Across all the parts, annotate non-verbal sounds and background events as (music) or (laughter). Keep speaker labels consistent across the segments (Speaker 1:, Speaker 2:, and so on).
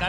Speaker 1: The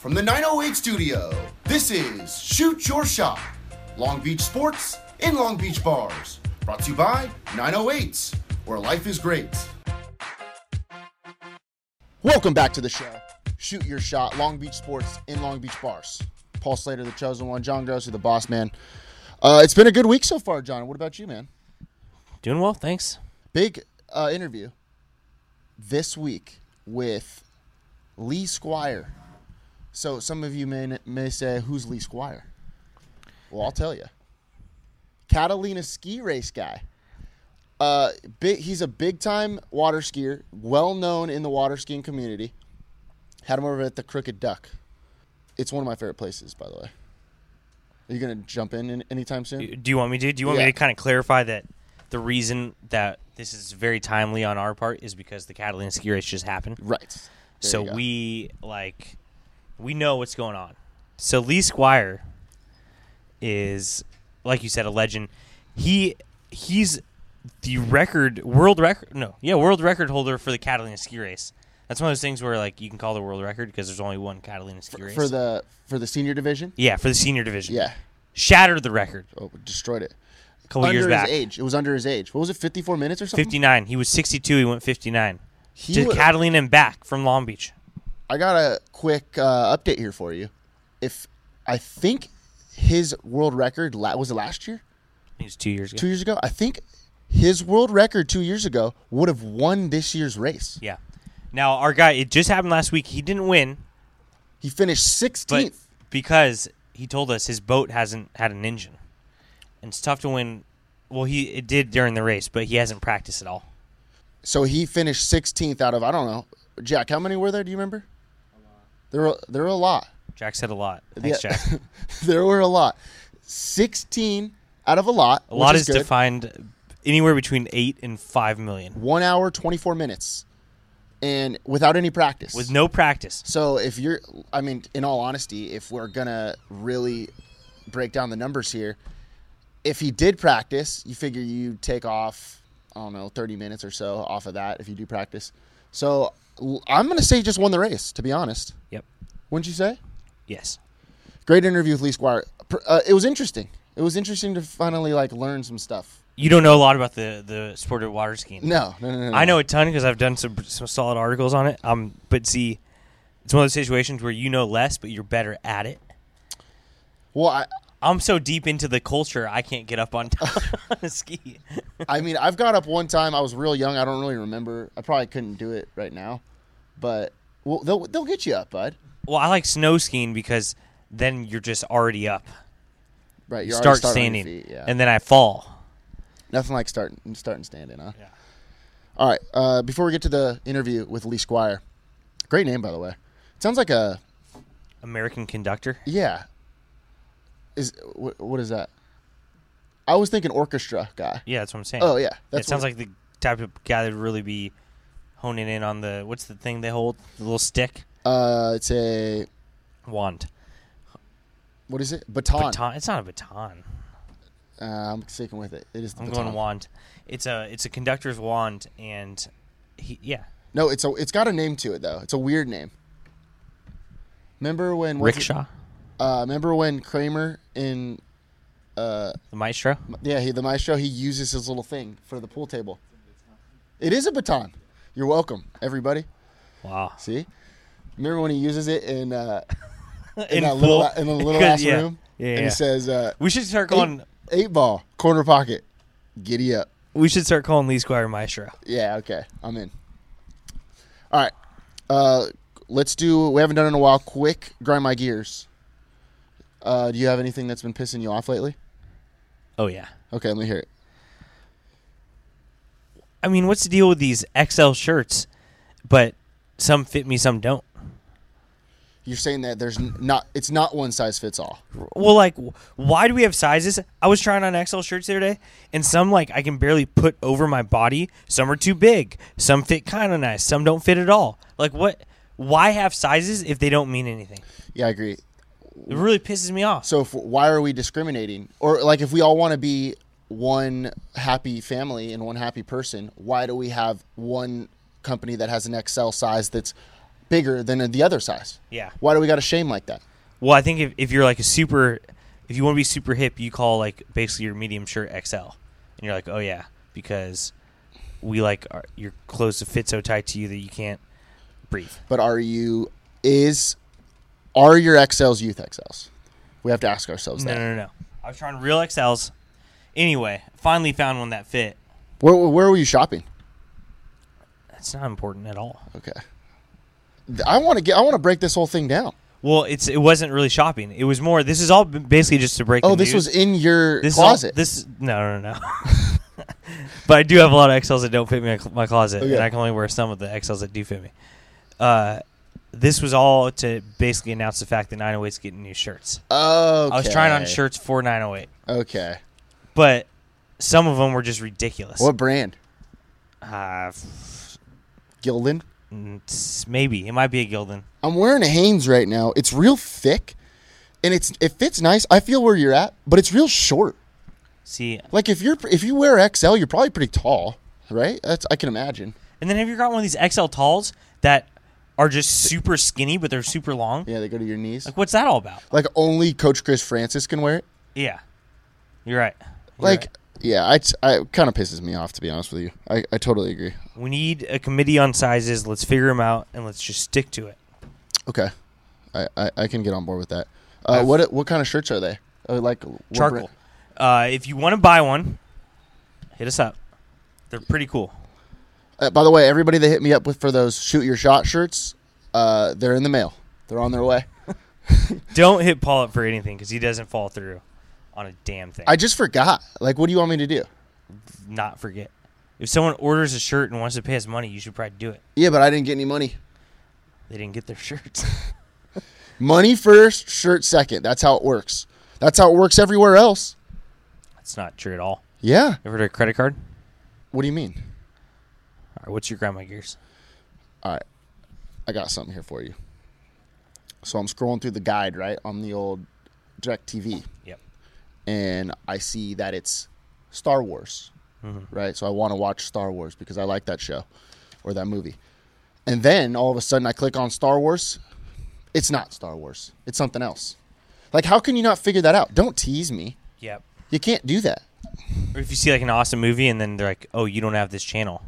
Speaker 2: from the 908 studio, this is Shoot Your Shot Long Beach Sports in Long Beach Bars. Brought to you by 908s, where life is great.
Speaker 3: Welcome back to the show. Shoot your shot, Long Beach Sports in Long Beach Bars. Paul Slater, the chosen one, John Grosser, the boss man. Uh, it's been a good week so far, John. What about you, man?
Speaker 4: Doing well, thanks.
Speaker 3: Big uh, interview this week with Lee Squire. So some of you may may say, "Who's Lee Squire?" Well, I'll tell you. Catalina ski race guy. Uh, big, he's a big time water skier, well known in the water skiing community. Had him over at the Crooked Duck. It's one of my favorite places, by the way. Are you gonna jump in, in anytime soon?
Speaker 4: Do you want me to? Do you want
Speaker 3: Yeah.
Speaker 4: me to kind of clarify that the reason that this is very timely on our part is because the Catalina ski race just happened.
Speaker 3: Right. There you
Speaker 4: so
Speaker 3: go.
Speaker 4: we like we know what's going on. So Lee Squire is like you said a legend. He he's the record world record no yeah world record holder for the Catalina ski race. That's one of those things where like you can call the world record because there's only one Catalina ski race
Speaker 3: for the for the senior division.
Speaker 4: yeah for the senior division
Speaker 3: Yeah.
Speaker 4: shattered the record
Speaker 3: Oh, destroyed it.
Speaker 4: a couple
Speaker 3: under
Speaker 4: years
Speaker 3: his
Speaker 4: back.
Speaker 3: age. It was under his age. What was it? Fifty four minutes or something.
Speaker 4: 59. He was 62. He went 59.
Speaker 3: He
Speaker 4: to
Speaker 3: would-
Speaker 4: Catalina and back from Long Beach.
Speaker 3: I got a quick uh, update here for you. If I think his world record la- was it last year,
Speaker 4: He was two years ago.
Speaker 3: two years ago. I think his world record two years ago would have won this year's race.
Speaker 4: Yeah. Now, our guy, it just happened last week. He didn't win,
Speaker 3: He finished
Speaker 4: but
Speaker 3: sixteenth.
Speaker 4: because he told us his boat hasn't had an engine. And it's tough to win. Well, he it did during the race, but he hasn't practiced at all.
Speaker 3: So he finished sixteenth out of I don't know, Jack. How many were there? Do you remember? There were there were a lot. (laughs)
Speaker 4: Jack said a lot. Thanks,
Speaker 3: Yeah.
Speaker 4: Jack.
Speaker 3: there were a lot. Sixteen out of a lot.
Speaker 4: A lot is, defined anywhere between 8 and 5 million.
Speaker 3: one hour twenty four minutes, and without any practice.
Speaker 4: With no practice.
Speaker 3: So if you're, I mean, in all honesty, if we're gonna really break down the numbers here, if he did practice, you figure you take off, I don't know, thirty minutes or so off of that if you do practice. So l- I'm gonna say he just won the race. To be honest,
Speaker 4: Yep.
Speaker 3: wouldn't you say?
Speaker 4: Yes.
Speaker 3: Great interview with Lee Squire. Pr- Uh, it was interesting. It was interesting to finally like learn some stuff.
Speaker 4: You don't know a lot about the, the sport of water skiing.
Speaker 3: No, no, no, no. no.
Speaker 4: I know a ton because I've done some some solid articles on it. Um, but see, it's one of those situations where you know less, but you're better at it.
Speaker 3: Well, I,
Speaker 4: I'm so deep into the culture, I can't get up on (laughs) top on a ski.
Speaker 3: I mean, I've got up one time. I was real young. I don't really remember. I probably couldn't do it right now, but well, they'll they'll get you up, bud.
Speaker 4: Well, I like snow skiing because then you're just already up.
Speaker 3: Right,
Speaker 4: You
Speaker 3: you're
Speaker 4: start
Speaker 3: already on
Speaker 4: standing,
Speaker 3: your feet, yeah.
Speaker 4: and then I fall.
Speaker 3: nothing like starting starting standing, huh? Yeah. All right. Uh, before we get to the interview with Lee Squire, great name by the way. Sounds like a
Speaker 4: American conductor.
Speaker 3: yeah. Is what, what is that? I was thinking orchestra guy.
Speaker 4: Yeah, that's what I'm saying.
Speaker 3: Oh, yeah, that's
Speaker 4: it sounds
Speaker 3: what-
Speaker 4: like the type of guy that would really be honing in on the what's the thing they hold, the little stick
Speaker 3: Uh, it's a
Speaker 4: wand,
Speaker 3: what is it? Baton.
Speaker 4: baton. It's not a baton.
Speaker 3: Uh, I'm sticking with it. It is. The
Speaker 4: I'm
Speaker 3: baton.
Speaker 4: going wand. It's a it's a conductor's wand, and he, yeah,
Speaker 3: No, it's a it's got a name to it though. It's a weird name. Remember when what's it- Uh, remember when Kramer in
Speaker 4: the maestro.
Speaker 3: yeah he the maestro he uses his little thing for the pool table. It is a baton. You're welcome, everybody.
Speaker 4: Wow,
Speaker 3: See, remember when he uses it in uh, in,
Speaker 4: In
Speaker 3: that
Speaker 4: full-
Speaker 3: little
Speaker 4: (laughs)
Speaker 3: in the little
Speaker 4: because-
Speaker 3: ass
Speaker 4: yeah.
Speaker 3: room?
Speaker 4: Yeah,
Speaker 3: and
Speaker 4: yeah.
Speaker 3: he says uh,
Speaker 4: we should start calling
Speaker 3: eight, eight ball corner pocket, giddy up.
Speaker 4: we should start calling Lee Squire maestro.
Speaker 3: Yeah, okay. I'm in. All right. Uh let's do we haven't done it in a while. Quick grind my gears. Uh do you have anything that's been pissing you off lately?
Speaker 4: Oh yeah.
Speaker 3: Okay, let me hear it.
Speaker 4: I mean, what's the deal with these XL shirts? But some fit me, some don't.
Speaker 3: You're saying that there's n- not it's not one size fits all.
Speaker 4: Well, like, w- why do we have sizes? I was trying on XL shirts the other day, and some like I can barely put over my body. Some are too big. Some fit kind of nice. Some don't fit at all. Like, what? Why have sizes if they don't mean anything?
Speaker 3: Yeah, I agree.
Speaker 4: It really pisses me off.
Speaker 3: So if, why are we discriminating? Or like if we all want to be one happy family and one happy person, why do we have one company that has an XL size that's bigger than the other size?
Speaker 4: Yeah.
Speaker 3: Why do we got to shame like that?
Speaker 4: Well, I think if, if you're like a super, if you want to be super hip, you call like basically your medium shirt XL, and you're like, oh yeah, because we like our, your clothes to fit so tight to you that you can't breathe.
Speaker 3: But are you is are your XLs youth XLs? We have to ask ourselves
Speaker 4: No,
Speaker 3: that.
Speaker 4: no, no, no. I was trying real XLs. Anyway, finally found one that fit.
Speaker 3: Where, where were you shopping?
Speaker 4: That's not important at all.
Speaker 3: Okay. Th- I want to get. I want to break this whole thing down.
Speaker 4: Well, it's it wasn't really shopping. It was more. This is all b- basically just to break.
Speaker 3: Oh,
Speaker 4: the
Speaker 3: this
Speaker 4: news.
Speaker 3: was in your
Speaker 4: this is all-
Speaker 3: closet.
Speaker 4: this no, no, (laughs) no. no. but I do have a lot of XLs that don't fit me in cl- my closet,
Speaker 3: Okay.
Speaker 4: and I can only wear some of the XLs that do fit me. Uh, this was all to basically announce the fact that 908's getting new shirts.
Speaker 3: okay.
Speaker 4: I was trying on shirts for 908,
Speaker 3: Okay.
Speaker 4: but some of them were just ridiculous.
Speaker 3: What brand?
Speaker 4: Uh, f-
Speaker 3: Gildan.
Speaker 4: it's- maybe it might be a Gildan.
Speaker 3: I'm wearing a Hanes right now. It's real thick, and it's it fits nice. I feel where you're at, but it's real short.
Speaker 4: See,
Speaker 3: Like if you're if you wear XL, you're probably pretty tall, right? That's I can imagine.
Speaker 4: And then have you got one of these XL talls that are just super skinny but they're super long?
Speaker 3: Yeah, they go to your knees.
Speaker 4: Like what's that all about?
Speaker 3: Like only Coach Chris Francis can wear it.
Speaker 4: Yeah. You're right. You're
Speaker 3: Like
Speaker 4: right.
Speaker 3: yeah, I, I kind of pisses me off to be honest with you. I, I totally agree.
Speaker 4: we need a committee on sizes. Let's figure them out and let's just stick to it.
Speaker 3: Okay, I, I, I can get on board with that. Uh, what what kind of shirts are they? Uh, like what
Speaker 4: Charcoal.
Speaker 3: brand-
Speaker 4: Uh, if you want to buy one, hit us up. They're pretty cool.
Speaker 3: Uh, by the way, everybody that hit me up with for those shoot your shot shirts, uh, they're in the mail. They're on their (laughs) way.
Speaker 4: Don't hit Paul up for anything because he doesn't fall through on a damn thing.
Speaker 3: I just forgot. Like, what do you want me to do?
Speaker 4: not forget. If someone orders a shirt and wants to pay us money, you should probably do it.
Speaker 3: Yeah, but I didn't get any money.
Speaker 4: They didn't get their (laughs) shirts.
Speaker 3: Money first, shirt second. That's how it works. That's how it works everywhere else.
Speaker 4: That's not true at all.
Speaker 3: Yeah.
Speaker 4: Ever heard of a credit card?
Speaker 3: What do you mean?
Speaker 4: All right, what's your grandma gears?
Speaker 3: All right, I got something here for you. So I'm scrolling through the guide right on the old Direct TV.
Speaker 4: Yep.
Speaker 3: and I see that it's Star Wars,
Speaker 4: Mm-hmm.
Speaker 3: right? So I want to watch Star Wars because I like that show or that movie. And then all of a sudden I click on Star Wars. It's not Star Wars, it's something else. Like, how can you not figure that out? Don't tease me.
Speaker 4: Yep.
Speaker 3: You can't do that.
Speaker 4: Or if you see like an awesome movie and then they're like, "Oh, you don't have this channel."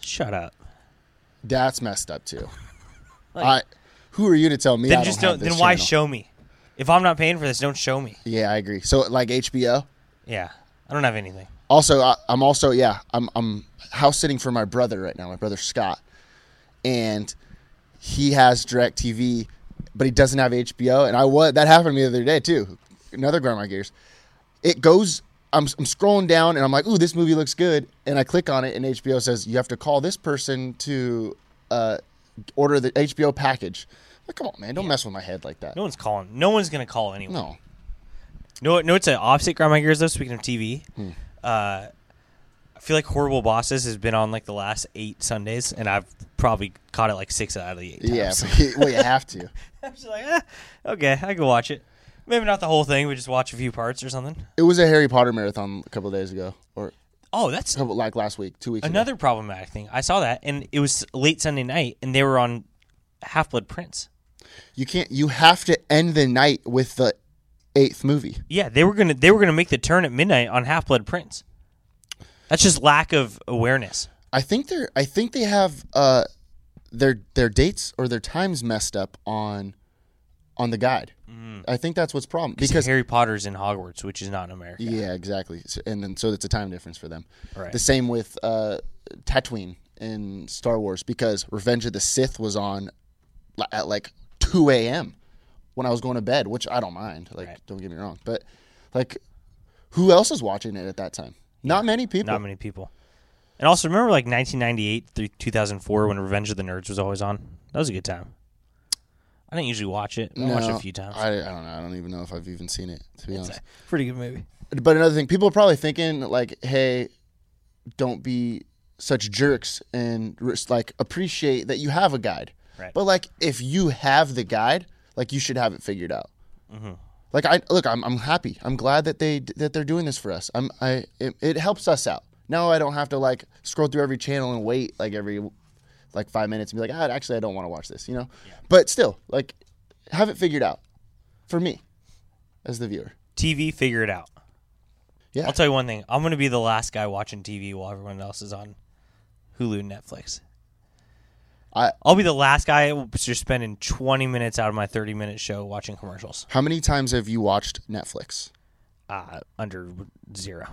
Speaker 4: Shut up.
Speaker 3: That's messed up too. I, who are you to tell me?
Speaker 4: Then
Speaker 3: I
Speaker 4: just
Speaker 3: don't
Speaker 4: don't.
Speaker 3: have
Speaker 4: Then
Speaker 3: this
Speaker 4: why
Speaker 3: channel?
Speaker 4: show me? If I'm not paying for this, don't show me.
Speaker 3: Yeah, I agree. So like HBO.
Speaker 4: Yeah, I don't have anything.
Speaker 3: Also, I, I'm also yeah, I'm I'm house sitting for my brother right now, my brother Scott, and he has Direct TV, but he doesn't have HBO. And I was that happened to me the other day too. Another Grandma Gears. It goes. I'm, I'm scrolling down and I'm like, ooh, this movie looks good, and I click on it, and HBO says you have to call this person to uh, order the HBO package. Like, come on, man, don't mess with my head like that.
Speaker 4: No one's calling. No one's gonna call anyway.
Speaker 3: No.
Speaker 4: No, no, it's an opposite grandma gears though. Speaking of TV,
Speaker 3: Hmm.
Speaker 4: uh, I feel like horrible bosses has been on like the last eight Sundays, and I've probably caught it like six out of the eight.
Speaker 3: Yeah.
Speaker 4: times. (laughs)
Speaker 3: (laughs) well, you have to.
Speaker 4: I'm just like, eh, okay, I can watch it. Maybe not the whole thing, but just watch a few parts or something.
Speaker 3: It was a Harry Potter marathon a couple of days ago, or
Speaker 4: Oh, that's
Speaker 3: couple like last week, two weeks. ago.
Speaker 4: Another problematic thing. I saw that, and it was late Sunday night, and they were on Half Blood Prince.
Speaker 3: You can't. You have to end the night with the eighth movie.
Speaker 4: Yeah, they were gonna they were gonna make the turn at midnight on Half Blood Prince. That's just lack of awareness.
Speaker 3: I think they're. I think they have uh, their their dates or their times messed up on on the guide. I think that's what's problem because
Speaker 4: Harry Potter's in Hogwarts, which is not in America.
Speaker 3: yeah, exactly. So, and then so it's a time difference for them.
Speaker 4: Right.
Speaker 3: The same with uh, Tatooine in Star Wars because Revenge of the Sith was on li- at like two a.m. when I was going to bed, which I don't mind. Like,
Speaker 4: Right.
Speaker 3: don't get me wrong, but like, who else is watching it at that time? Not many people.
Speaker 4: Not many people. And also remember, like 1998 through 2004, when Revenge of the Nerds was always on. That was a good time. I didn't usually watch it. I watched it a few times.
Speaker 3: I, I don't know. I don't even know if I've even seen it to be
Speaker 4: It's
Speaker 3: honest.
Speaker 5: Pretty good movie.
Speaker 3: But another thing, people are probably thinking like, "Hey, don't be such jerks and ris- like appreciate that you have a guide."
Speaker 4: Right.
Speaker 3: But like, if you have the guide, like you should have it figured out.
Speaker 4: Mm-hmm.
Speaker 3: Like I look, I'm, I'm happy. I'm glad that they that they're doing this for us. I'm I it, it helps us out. Now I don't have to like scroll through every channel and wait like every like five minutes and be like, ah, actually I don't want to watch this, you know. But still, like, have it figured out for me as the viewer.
Speaker 4: TV, figure it out.
Speaker 3: Yeah.
Speaker 4: I'll tell you one thing. I'm going to be the last guy watching TV while everyone else is on Hulu and Netflix.
Speaker 3: I-
Speaker 4: I'll be the last guy just spending 20 minutes out of my 30 minute show watching commercials.
Speaker 3: How many times have you watched Netflix?
Speaker 4: Uh, under zero.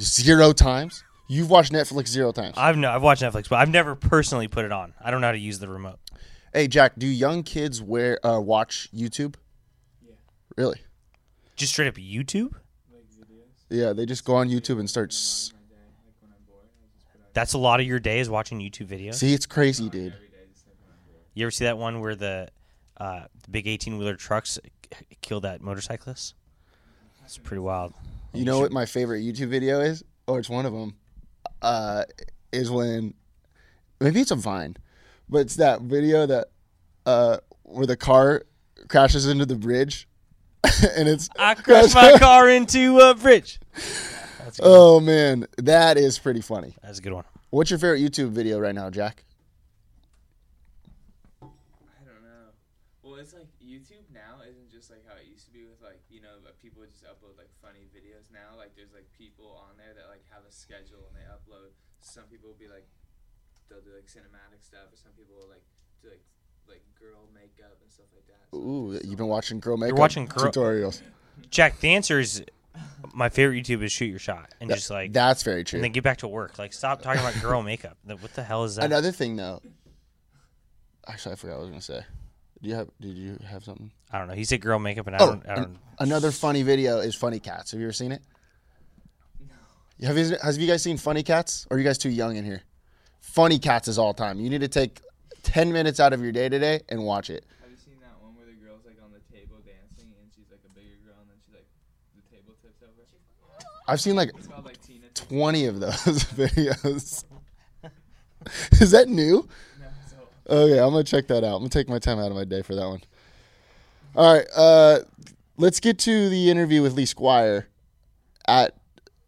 Speaker 3: Zero times. You've watched Netflix zero times.
Speaker 4: I've no, I've watched Netflix, but I've never personally put it on. I don't know how to use the remote.
Speaker 3: hey Jack, do young kids wear uh, watch YouTube? Yeah. Really?
Speaker 4: Just straight up YouTube.
Speaker 3: Yeah, they just go on YouTube and start. S-
Speaker 4: That's a lot of your day is watching YouTube videos.
Speaker 3: See, it's crazy, dude.
Speaker 4: You ever see that one where the, uh, the big 18 wheeler trucks k- kill that motorcyclist? It's pretty wild.
Speaker 3: You know what my favorite YouTube video is, or it's one of them, uh, is when maybe it's a Vine, but it's that video that uh, where the car crashes into the bridge, (laughs) and it's
Speaker 4: I crashed my car into a bridge.
Speaker 3: (laughs) oh man, that is pretty funny.
Speaker 4: That's a good one.
Speaker 3: What's your favorite YouTube video right now, Jack?
Speaker 6: I don't know. Well, it's like YouTube now isn't just like how it used to be with like you know like, people just upload like funny videos now. Like there's like people on there that like have a schedule and they upload. Some people will be like they'll do like cinematic stuff, or some people will like do like like girl makeup and stuff like that. So
Speaker 3: Ooh, you've been watching girl makeup
Speaker 4: watching girl-
Speaker 3: tutorials.
Speaker 4: Jack, the answer is my favorite YouTube is shoot your shot and just like
Speaker 3: That's very true.
Speaker 4: and then get back to work. Like stop talking about girl makeup. The- What the hell is that?
Speaker 3: Another thing, though. Actually, I forgot what I was gonna say. Do you have? Did you have something?
Speaker 4: I don't know. He said girl makeup, and I
Speaker 3: Oh,
Speaker 4: don't. I don't
Speaker 3: another funny video is Funny Cats. Have you ever seen it? No. Have you, have you guys seen Funny Cats? Or are you guys too young in here? Funny Cats is all time. You need to take 10 minutes out of your day today and watch it.
Speaker 6: have you seen that one where the girl's like on the table dancing and she's like a bigger girl and then she's like the table tips over?
Speaker 3: I've seen like
Speaker 6: Called like Tina.
Speaker 3: 20 of those (laughs) videos. is that new? Okay, I'm going to check that out. I'm going to take my time out of my day for that one. All right. Uh, let's get to the interview with Lee Squire at.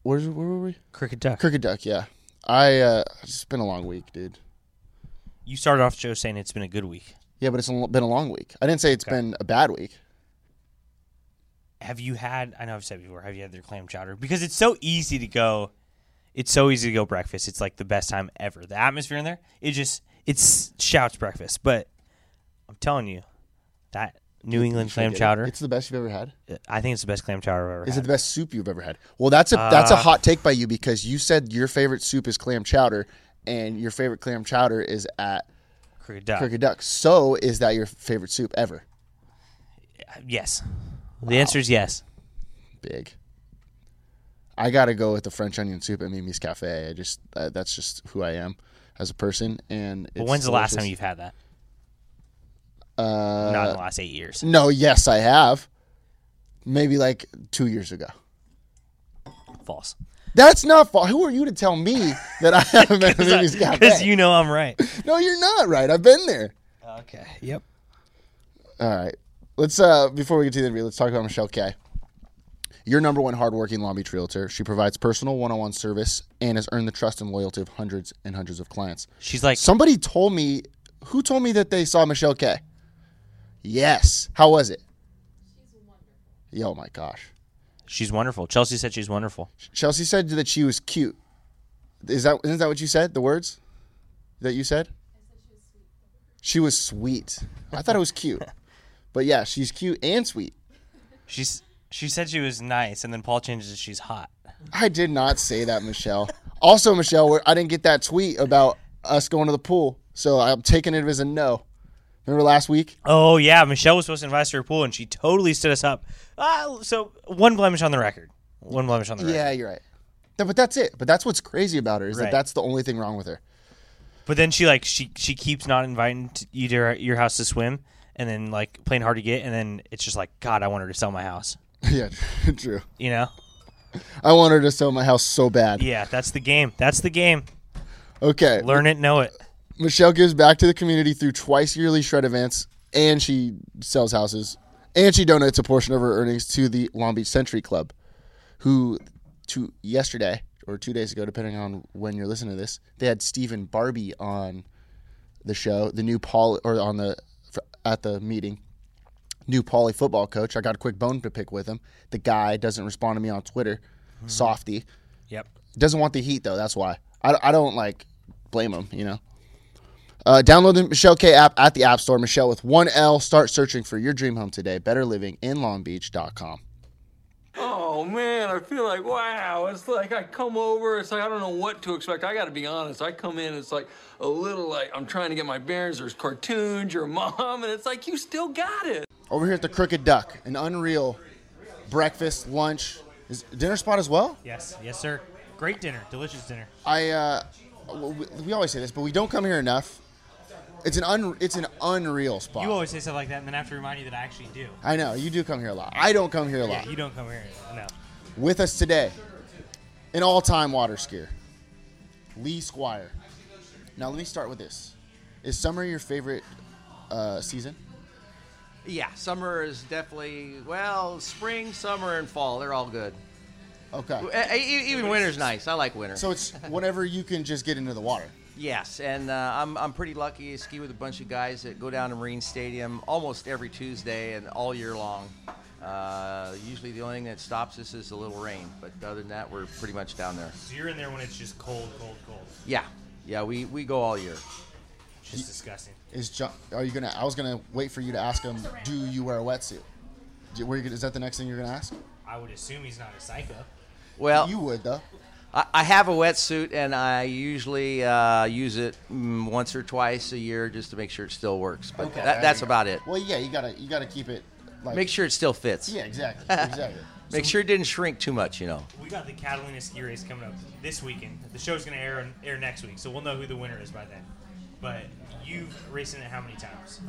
Speaker 3: Where's, where were we?
Speaker 4: cricket duck.
Speaker 3: Crooked Duck, yeah. I uh, it's been a long week, dude.
Speaker 4: you started off the show saying it's been a good week.
Speaker 3: Yeah, but it's a l- been a long week. I didn't say it's been a bad week.
Speaker 4: Have you had? I know I've said before. Have you had their clam chowder? Because it's so easy to go. It's so easy to go breakfast. It's like the best time ever. The atmosphere in there, it just it's shouts breakfast. But I'm telling you, that New England clam
Speaker 3: Get it?
Speaker 4: chowder.
Speaker 3: It's the best you've ever had.
Speaker 4: I think it's the best clam chowder I've ever
Speaker 3: Is it
Speaker 4: had.
Speaker 3: the best soup you've ever had? Well, that's a that's
Speaker 4: Uh,
Speaker 3: a hot take by you because you said your favorite soup is clam chowder, and your favorite clam chowder is at
Speaker 4: Crooked duck.
Speaker 3: Crooked Duck. So is that your favorite soup ever?
Speaker 4: Yes. The answer is yes.
Speaker 3: Big. I gotta go with the French onion soup at Mimi's Cafe. I just uh, that's just who I am as a person. And
Speaker 4: But
Speaker 3: it's
Speaker 4: when's the last
Speaker 3: delicious.
Speaker 4: time you've had that? Uh, Not in the last eight years.
Speaker 3: No, yes, I have. Maybe like two years ago.
Speaker 4: False.
Speaker 3: That's not false. Who are you to tell me
Speaker 4: (laughs)
Speaker 3: that I haven't been to Mimi's
Speaker 4: Because
Speaker 3: Cafe?
Speaker 4: you know
Speaker 3: (laughs)
Speaker 4: I'm right.
Speaker 3: No, you're not right. I've been there.
Speaker 4: okay. Yep.
Speaker 3: All right. Let's uh before we get to the interview, let's talk about Michelle Kay. Your number one hardworking Long Beach realtor. She provides personal one-on-one service and has earned the trust and loyalty of hundreds and hundreds of clients.
Speaker 4: She's like,
Speaker 3: Somebody told me who told me that they saw Michelle Kay? Yes. How was it? She's wonderful. Yo, my gosh.
Speaker 4: she's wonderful. Chelsea said she's wonderful.
Speaker 3: Chelsea said that she was cute. Is that isn't that what you said? The words that you said? She was sweet. I thought it was cute, but yeah, she's cute and sweet.
Speaker 4: She's she said she was nice, and then Paul changes it. She's hot.
Speaker 3: I did not say that, Michelle. Also, Michelle, we're- I didn't get that tweet about us going to the pool, so I'm taking it as a no. Remember last week?
Speaker 4: Oh yeah, Michelle was supposed to invite us to her pool, and she totally stood us up. Ah, so one blemish on the record. One blemish on the record.
Speaker 3: Yeah, you're right. Th- But that's it. But that's what's crazy about her is that
Speaker 4: Right.
Speaker 3: that's the only thing wrong with her.
Speaker 4: But then she like she she keeps not inviting t- you to her- your house to swim, and then like playing hard to get, and then it's just like, God, I want her to sell my house.
Speaker 3: (laughs) yeah, true.
Speaker 4: You know?
Speaker 3: I want her to sell my house so bad.
Speaker 4: Yeah, that's the game. That's the game.
Speaker 3: Okay.
Speaker 4: Learn it, know it.
Speaker 3: Michelle gives back to the community through twice yearly shred events, and she sells houses, and she donates a portion of her earnings to the Long Beach Century Club, who, to yesterday or two days ago, depending on when you're listening to this, they had Stephen Barbie on the show, the new Paul or on the at the meeting, new Pauly football coach. I got a quick bone to pick with him. The guy doesn't respond to me on Twitter, softy
Speaker 4: Yep.
Speaker 3: doesn't want the heat though. That's why I, I don't like blame him. You know. Uh, download the Michelle K app at the App Store. Michelle with one L. Start searching for your dream home today. BetterLivingInLongBeach.com.
Speaker 7: Oh man, I feel like wow. It's like I come over, it's like I don't know what to expect. I gotta be honest. I come in, it's like a little like I'm trying to get my bearings. There's cartoons, your (laughs) mom, and it's like you still got it.
Speaker 3: Over here at the Crooked Duck, an unreal breakfast, lunch, is dinner spot as well.
Speaker 4: Yes. Yes, sir. Great dinner. Delicious dinner.
Speaker 3: I uh, we, we always say this, but we don't come here enough. It's an un, it's an unreal spot.
Speaker 4: You always say stuff like that, and then I have to remind you that I actually do.
Speaker 3: I know you do come here a lot. I don't come here a lot.
Speaker 4: You don't come here. No.
Speaker 3: With us today, an all-time water skier, Lee Squire. Now let me start with this: Is summer your favorite uh, season?
Speaker 5: Yeah, summer is definitely well, spring, summer, and fall. They're all good.
Speaker 3: Okay.
Speaker 5: E- e- Even winter's nice. I like winter.
Speaker 3: So it's whenever you can just get into the water.
Speaker 5: yes, and uh, I'm I'm pretty lucky. I ski with a bunch of guys that go down to Marine Stadium almost every Tuesday and all year long. Uh, usually, the only thing that stops us is a little rain, but other than that, we're pretty much down there.
Speaker 4: So you're in there when it's just cold, cold, cold.
Speaker 5: Yeah, yeah, we, we go all year.
Speaker 4: Just disgusting.
Speaker 3: Is John, are you gonna? I was gonna wait for you to ask him. Do you wear a wetsuit? Do- Were you, gonna- is that the next thing you're gonna ask?
Speaker 4: I would assume he's not a psycho.
Speaker 5: Well,
Speaker 3: You would though.
Speaker 5: I, I have a wetsuit, and I usually uh, use it mm, once or twice a year just to make sure it still works. But
Speaker 3: Okay.
Speaker 5: that, that's about it.
Speaker 3: Well, yeah, you gotta you gotta keep it. Like,
Speaker 5: Make sure it still fits.
Speaker 3: Yeah, exactly, exactly. (laughs)
Speaker 5: Make sure it didn't shrink too much, you know.
Speaker 4: We got the Catalina ski race coming up this weekend. The show's going to air on, air next week, so we'll know who the winner is by then. But you've raced in it how many times?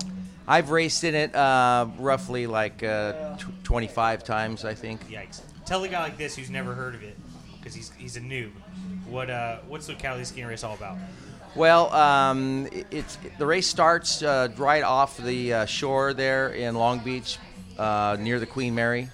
Speaker 5: I've raced in it uh, roughly like uh, tw- 25 times, I think.
Speaker 4: Yikes! Tell a guy like this who's never heard of it, because he's he's a noob. What uh, what's the Catalina ski race all about?
Speaker 5: Well, um, it, it's the race starts uh, right off the uh, shore there in Long Beach, uh, near the Queen Mary,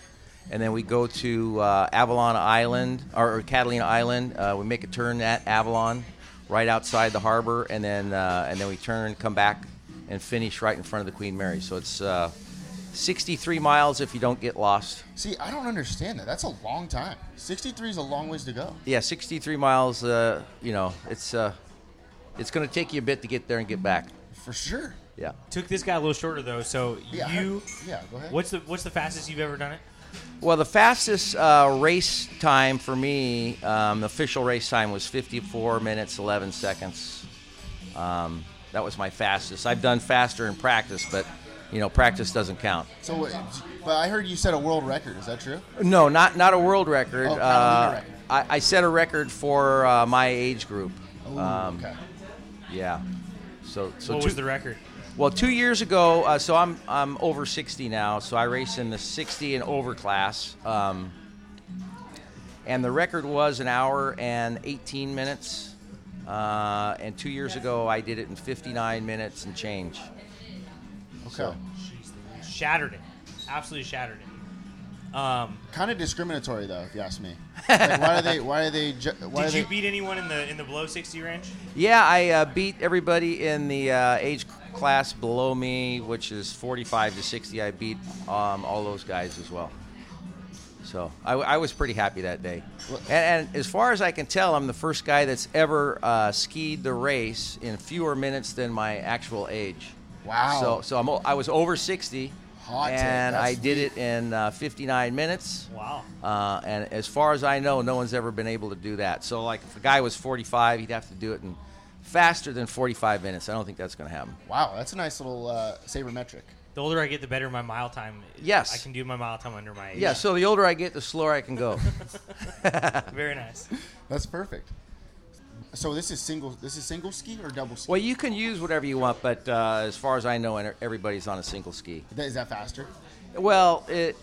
Speaker 5: and then we go to uh, Avalon Island or, or Catalina Island. Uh, we make a turn at Avalon, right outside the harbor, and then uh, and then we turn, come back, and finish right in front of the Queen Mary. So it's uh, 63 miles if you don't get lost.
Speaker 3: See, I don't understand that. That's a long time. 63 is a long ways to go.
Speaker 5: Yeah, 63 miles. Uh, you know, it's uh, it's going to take you a bit to get there and get back.
Speaker 3: For sure.
Speaker 5: Yeah.
Speaker 4: Took this guy a little shorter though. So
Speaker 3: Yeah, I-
Speaker 4: you,
Speaker 3: yeah, go ahead.
Speaker 4: What's the what's the fastest you've ever done it?
Speaker 5: Well, the fastest uh, race time for me, um, the official race time was 54 minutes 11 seconds. Um, that was my fastest. I've done faster in practice, but you know, practice doesn't count.
Speaker 3: So, what- but I heard you set a world record. Is that true?
Speaker 5: No, not not a world record.
Speaker 3: Oh, Catalina
Speaker 5: uh,
Speaker 3: record.
Speaker 5: I, I set a record for uh, my age group. Um,
Speaker 3: Ooh,
Speaker 4: Um,
Speaker 3: okay.
Speaker 5: Yeah. So so
Speaker 4: What
Speaker 5: two,
Speaker 4: was the record?
Speaker 5: Well, two years ago, uh, so I'm I'm over 60 now, so I race in the 60 and over class, um, and the record was an hour and 18 minutes. Uh, and two years ago, I did it in 59 minutes and change.
Speaker 3: Okay.
Speaker 4: Shattered it. Absolutely shattered it. Um,
Speaker 3: Kind of discriminatory, though, if you ask
Speaker 4: (laughs)
Speaker 3: me. Like, why do they? Why do they? Ju- why
Speaker 4: did
Speaker 3: do
Speaker 4: you
Speaker 3: they-
Speaker 4: beat anyone in the in the below sixty range?
Speaker 5: Yeah, I uh, beat everybody in the uh, age class below me, which is 45 to 60. I beat um, all those guys as well. So I, I was pretty happy that day. And, and as far as I can tell, I'm the first guy that's ever uh, skied the race in fewer minutes than my actual age.
Speaker 3: Wow.
Speaker 5: So, so I'm, o- I was over 60,
Speaker 3: Hot take.
Speaker 5: and
Speaker 3: That's
Speaker 5: I did
Speaker 3: deep.
Speaker 5: it in uh, 59 minutes.
Speaker 4: Wow.
Speaker 5: Uh, and as far as I know, no one's ever been able to do that. So, like, if a guy was 45, he'd have to do it in faster than 45 minutes. I don't think that's going to happen.
Speaker 3: wow, that's a nice little uh, sabermetric.
Speaker 4: The older I get, the better my mile time. is.
Speaker 5: Yes.
Speaker 4: I can do my mile time under my age.
Speaker 5: Yeah, so the older I get, the slower I can go.
Speaker 4: Very nice.
Speaker 3: That's perfect. So this is single. This is single ski or double ski?
Speaker 5: (laughs) Well, you can use whatever you want, but uh, as far as I know, en- everybody's on a single ski.
Speaker 3: That- Is that faster?
Speaker 5: Well, it,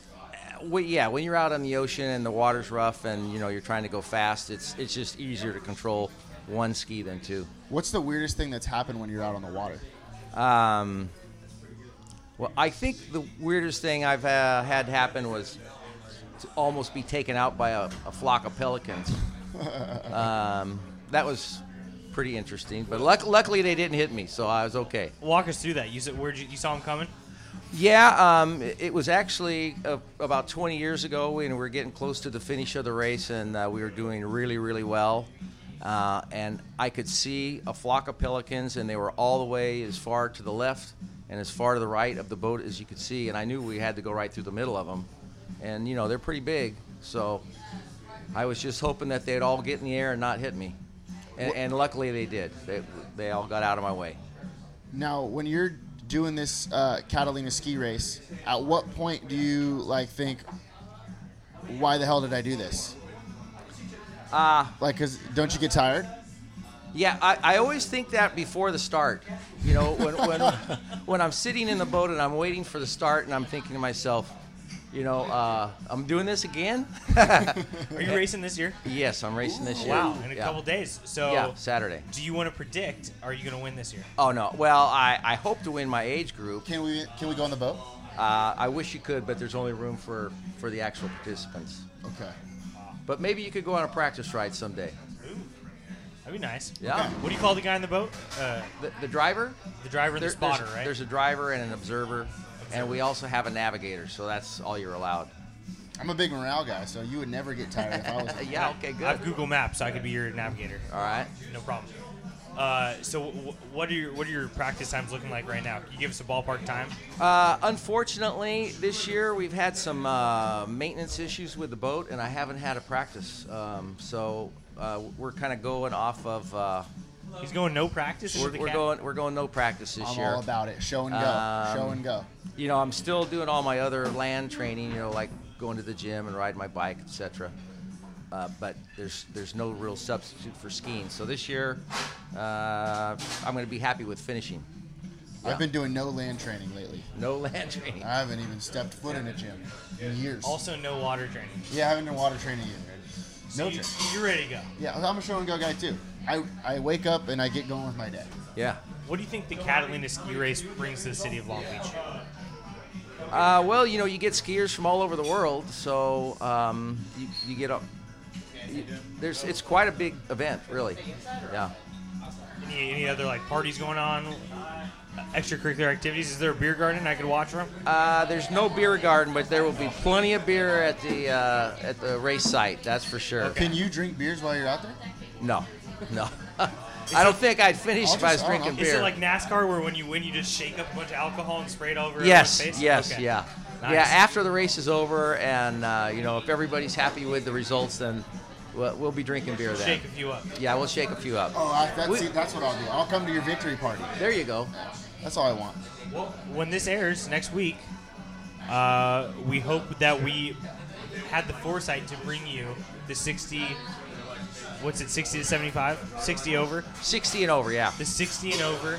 Speaker 5: well, yeah. When you're out on the ocean and the water's rough, and you know you're trying to go fast, it's it's just easier to control one ski than two.
Speaker 3: What's the weirdest thing that's happened when you're out on the water?
Speaker 5: Um, well, I think the weirdest thing I've uh, had happen was to almost be taken out by a, a flock of pelicans. um, that was pretty interesting, but luck- luckily they didn't hit me, so I was okay.
Speaker 4: Walk us through that. You said where you, you saw him coming?
Speaker 5: Yeah, um, it, it was actually uh, about 20 years ago, and we were getting close to the finish of the race, and uh, we were doing really, really well. Uh, and I could see a flock of pelicans, and they were all the way as far to the left and as far to the right of the boat as you could see. And I knew we had to go right through the middle of them. And, you know, they're pretty big. So I was just hoping that they'd all get in the air and not hit me. And, and luckily they did. They, they all got out of my way.
Speaker 3: Now, when you're doing this uh, Catalina ski race, at what point do you like think, why the hell did I do this? Ah, like, cause don't you get tired?
Speaker 5: Yeah, I, I always think that before the start. You know, when,
Speaker 4: (laughs)
Speaker 5: when, when I'm sitting in the boat and I'm waiting for the start and I'm thinking to myself, you know, uh, I'm doing this again? (laughs)
Speaker 4: Are you racing this year?
Speaker 5: yes, I'm racing this year.
Speaker 4: Wow, in a
Speaker 5: yeah.
Speaker 4: couple days. So,
Speaker 5: Yeah, Saturday.
Speaker 4: do you want to predict? Are you going to win this year?
Speaker 5: Oh, no. Well, I, I hope to win my age group.
Speaker 3: Can we can we go on the boat?
Speaker 5: Uh, I wish you could, but there's only room for, for the actual participants.
Speaker 3: Okay.
Speaker 5: But maybe you could go on a practice ride someday.
Speaker 4: That'd be nice.
Speaker 5: Yeah.
Speaker 4: What do you call the guy in the boat? Uh,
Speaker 5: The, the driver?
Speaker 4: the driver and
Speaker 5: There-
Speaker 4: the spotter,
Speaker 5: there's,
Speaker 4: right?
Speaker 5: There's a driver and an observer, and we also have a navigator, so that's all you're allowed.
Speaker 3: I'm a big morale guy, so you would never get tired if I was.
Speaker 5: Uh, yeah, okay, good.
Speaker 4: I have Google Maps, so I could be your navigator.
Speaker 5: All right.
Speaker 4: No problem. Uh, so, w- what are your what are your practice times looking like right now? Can you give us a ballpark time?
Speaker 5: Uh, unfortunately, this year we've had some uh, maintenance issues with the boat, and I haven't had a practice. Um, so uh, we're kind of going off of uh,
Speaker 4: He's going no practice. into
Speaker 5: we're,
Speaker 4: the
Speaker 5: we're
Speaker 4: cat-
Speaker 5: going we're going no practice this
Speaker 3: I'm
Speaker 5: year.
Speaker 3: all about it. Show and go. Show
Speaker 5: Um,
Speaker 3: and go.
Speaker 5: you know, I'm still doing all my other land training. You know, like going to the gym and riding my bike, etc. Uh, but there's there's no real substitute for skiing. So this year, uh, I'm going to be happy with finishing.
Speaker 3: I've been doing no land training lately.
Speaker 5: No (laughs) land training.
Speaker 3: I haven't even stepped foot in a gym in years.
Speaker 4: Also, no water training.
Speaker 3: Yeah, I haven't done water training either.
Speaker 4: So
Speaker 3: No
Speaker 4: you,
Speaker 3: training.
Speaker 4: you're ready to go.
Speaker 3: Yeah, I'm a show and go guy too. I, I wake up and I get going with my day.
Speaker 5: Yeah.
Speaker 4: What do you think the Catalina ski race brings to the city of Long Beach?
Speaker 5: Uh, well, you know, you get skiers from all over the world, so um, you, you get a. You, there's it's quite a big event, really. Yeah.
Speaker 4: Any, any other like parties going on? Extracurricular activities? Is there a beer garden I could watch from?
Speaker 5: Uh, there's no beer garden, but there will be plenty of beer at the uh, at the race site. That's for sure.
Speaker 3: Can you drink beers while you're out there?
Speaker 5: No,
Speaker 4: (laughs)
Speaker 5: no. (laughs) I don't think I'd finish
Speaker 3: I'll
Speaker 5: if I was
Speaker 3: just- I'll-
Speaker 5: drinking
Speaker 3: I'll-
Speaker 5: beer.
Speaker 4: Is it like NASCAR where when you win you just shake up a bunch of alcohol and spray it all over
Speaker 5: yes,
Speaker 4: everyone's face?
Speaker 5: yes,
Speaker 4: Okay.
Speaker 5: yeah,
Speaker 4: Nice.
Speaker 5: yeah. After the race is over, and uh, you know, if everybody's happy with the results, then we'll, we'll be drinking beer then.
Speaker 4: Shake a few up.
Speaker 5: Yeah, we'll shake a few up.
Speaker 3: Oh, I, that's,
Speaker 5: We-
Speaker 3: see, that's what I'll do. I'll come to your victory party.
Speaker 5: There you go.
Speaker 3: That's all I want.
Speaker 4: Well, when this airs next week, uh, we hope that we had the foresight to bring you the 60. What's it? 60 to 75? 60 over.
Speaker 5: 60 and over, yeah.
Speaker 4: The 60 and over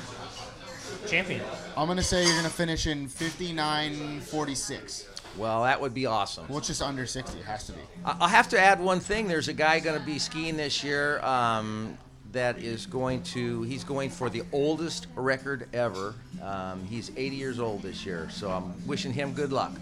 Speaker 4: champion.
Speaker 3: I'm gonna say you're gonna finish in 59.46.
Speaker 5: Well, that would be awesome.
Speaker 3: Well, it's just under 60. It has to be.
Speaker 5: I- I'll have to add one thing. There's a guy going to be skiing this year um, that is going to, he's going for the oldest record ever. Um, he's 80 years old this year, so I'm wishing him good luck.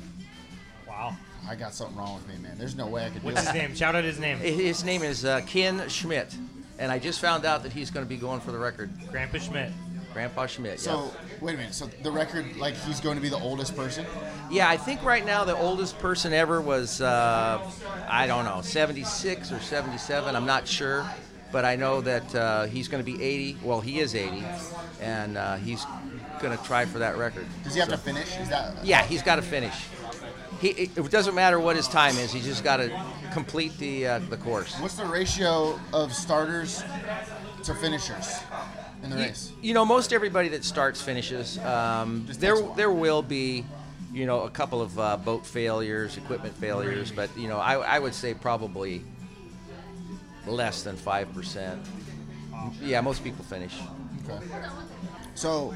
Speaker 4: Wow.
Speaker 3: I got something wrong with me, man. There's no way I could do
Speaker 4: What's his
Speaker 3: it.
Speaker 4: name? Shout out his name.
Speaker 5: His name is uh, Ken Schmidt, and I just found out that he's going to be going for the record.
Speaker 4: Grandpa Schmidt.
Speaker 5: Grandpa Schmidt, yeah.
Speaker 3: So wait a minute. So the record, like he's going to be the oldest person.
Speaker 5: Yeah, I think right now the oldest person ever was, uh, I don't know, 76 or 77. I'm not sure. But I know that uh, he's going to be 80. Well, he is 80. And uh, he's going to try for that record.
Speaker 3: Does he have to finish? Is that?
Speaker 5: Yeah, he's got to finish. He, it it doesn't matter what his time is, he's just got to complete the, uh, the course.
Speaker 3: What's the ratio of starters to finishers in the race?
Speaker 5: You know, most everybody that starts finishes. Um,
Speaker 3: Just
Speaker 5: there,
Speaker 3: takes a while.
Speaker 5: there will be, you know, a couple of uh, boat failures, equipment failures, but you know, I, I would say probably less than five percent. Yeah, most people finish.
Speaker 3: So,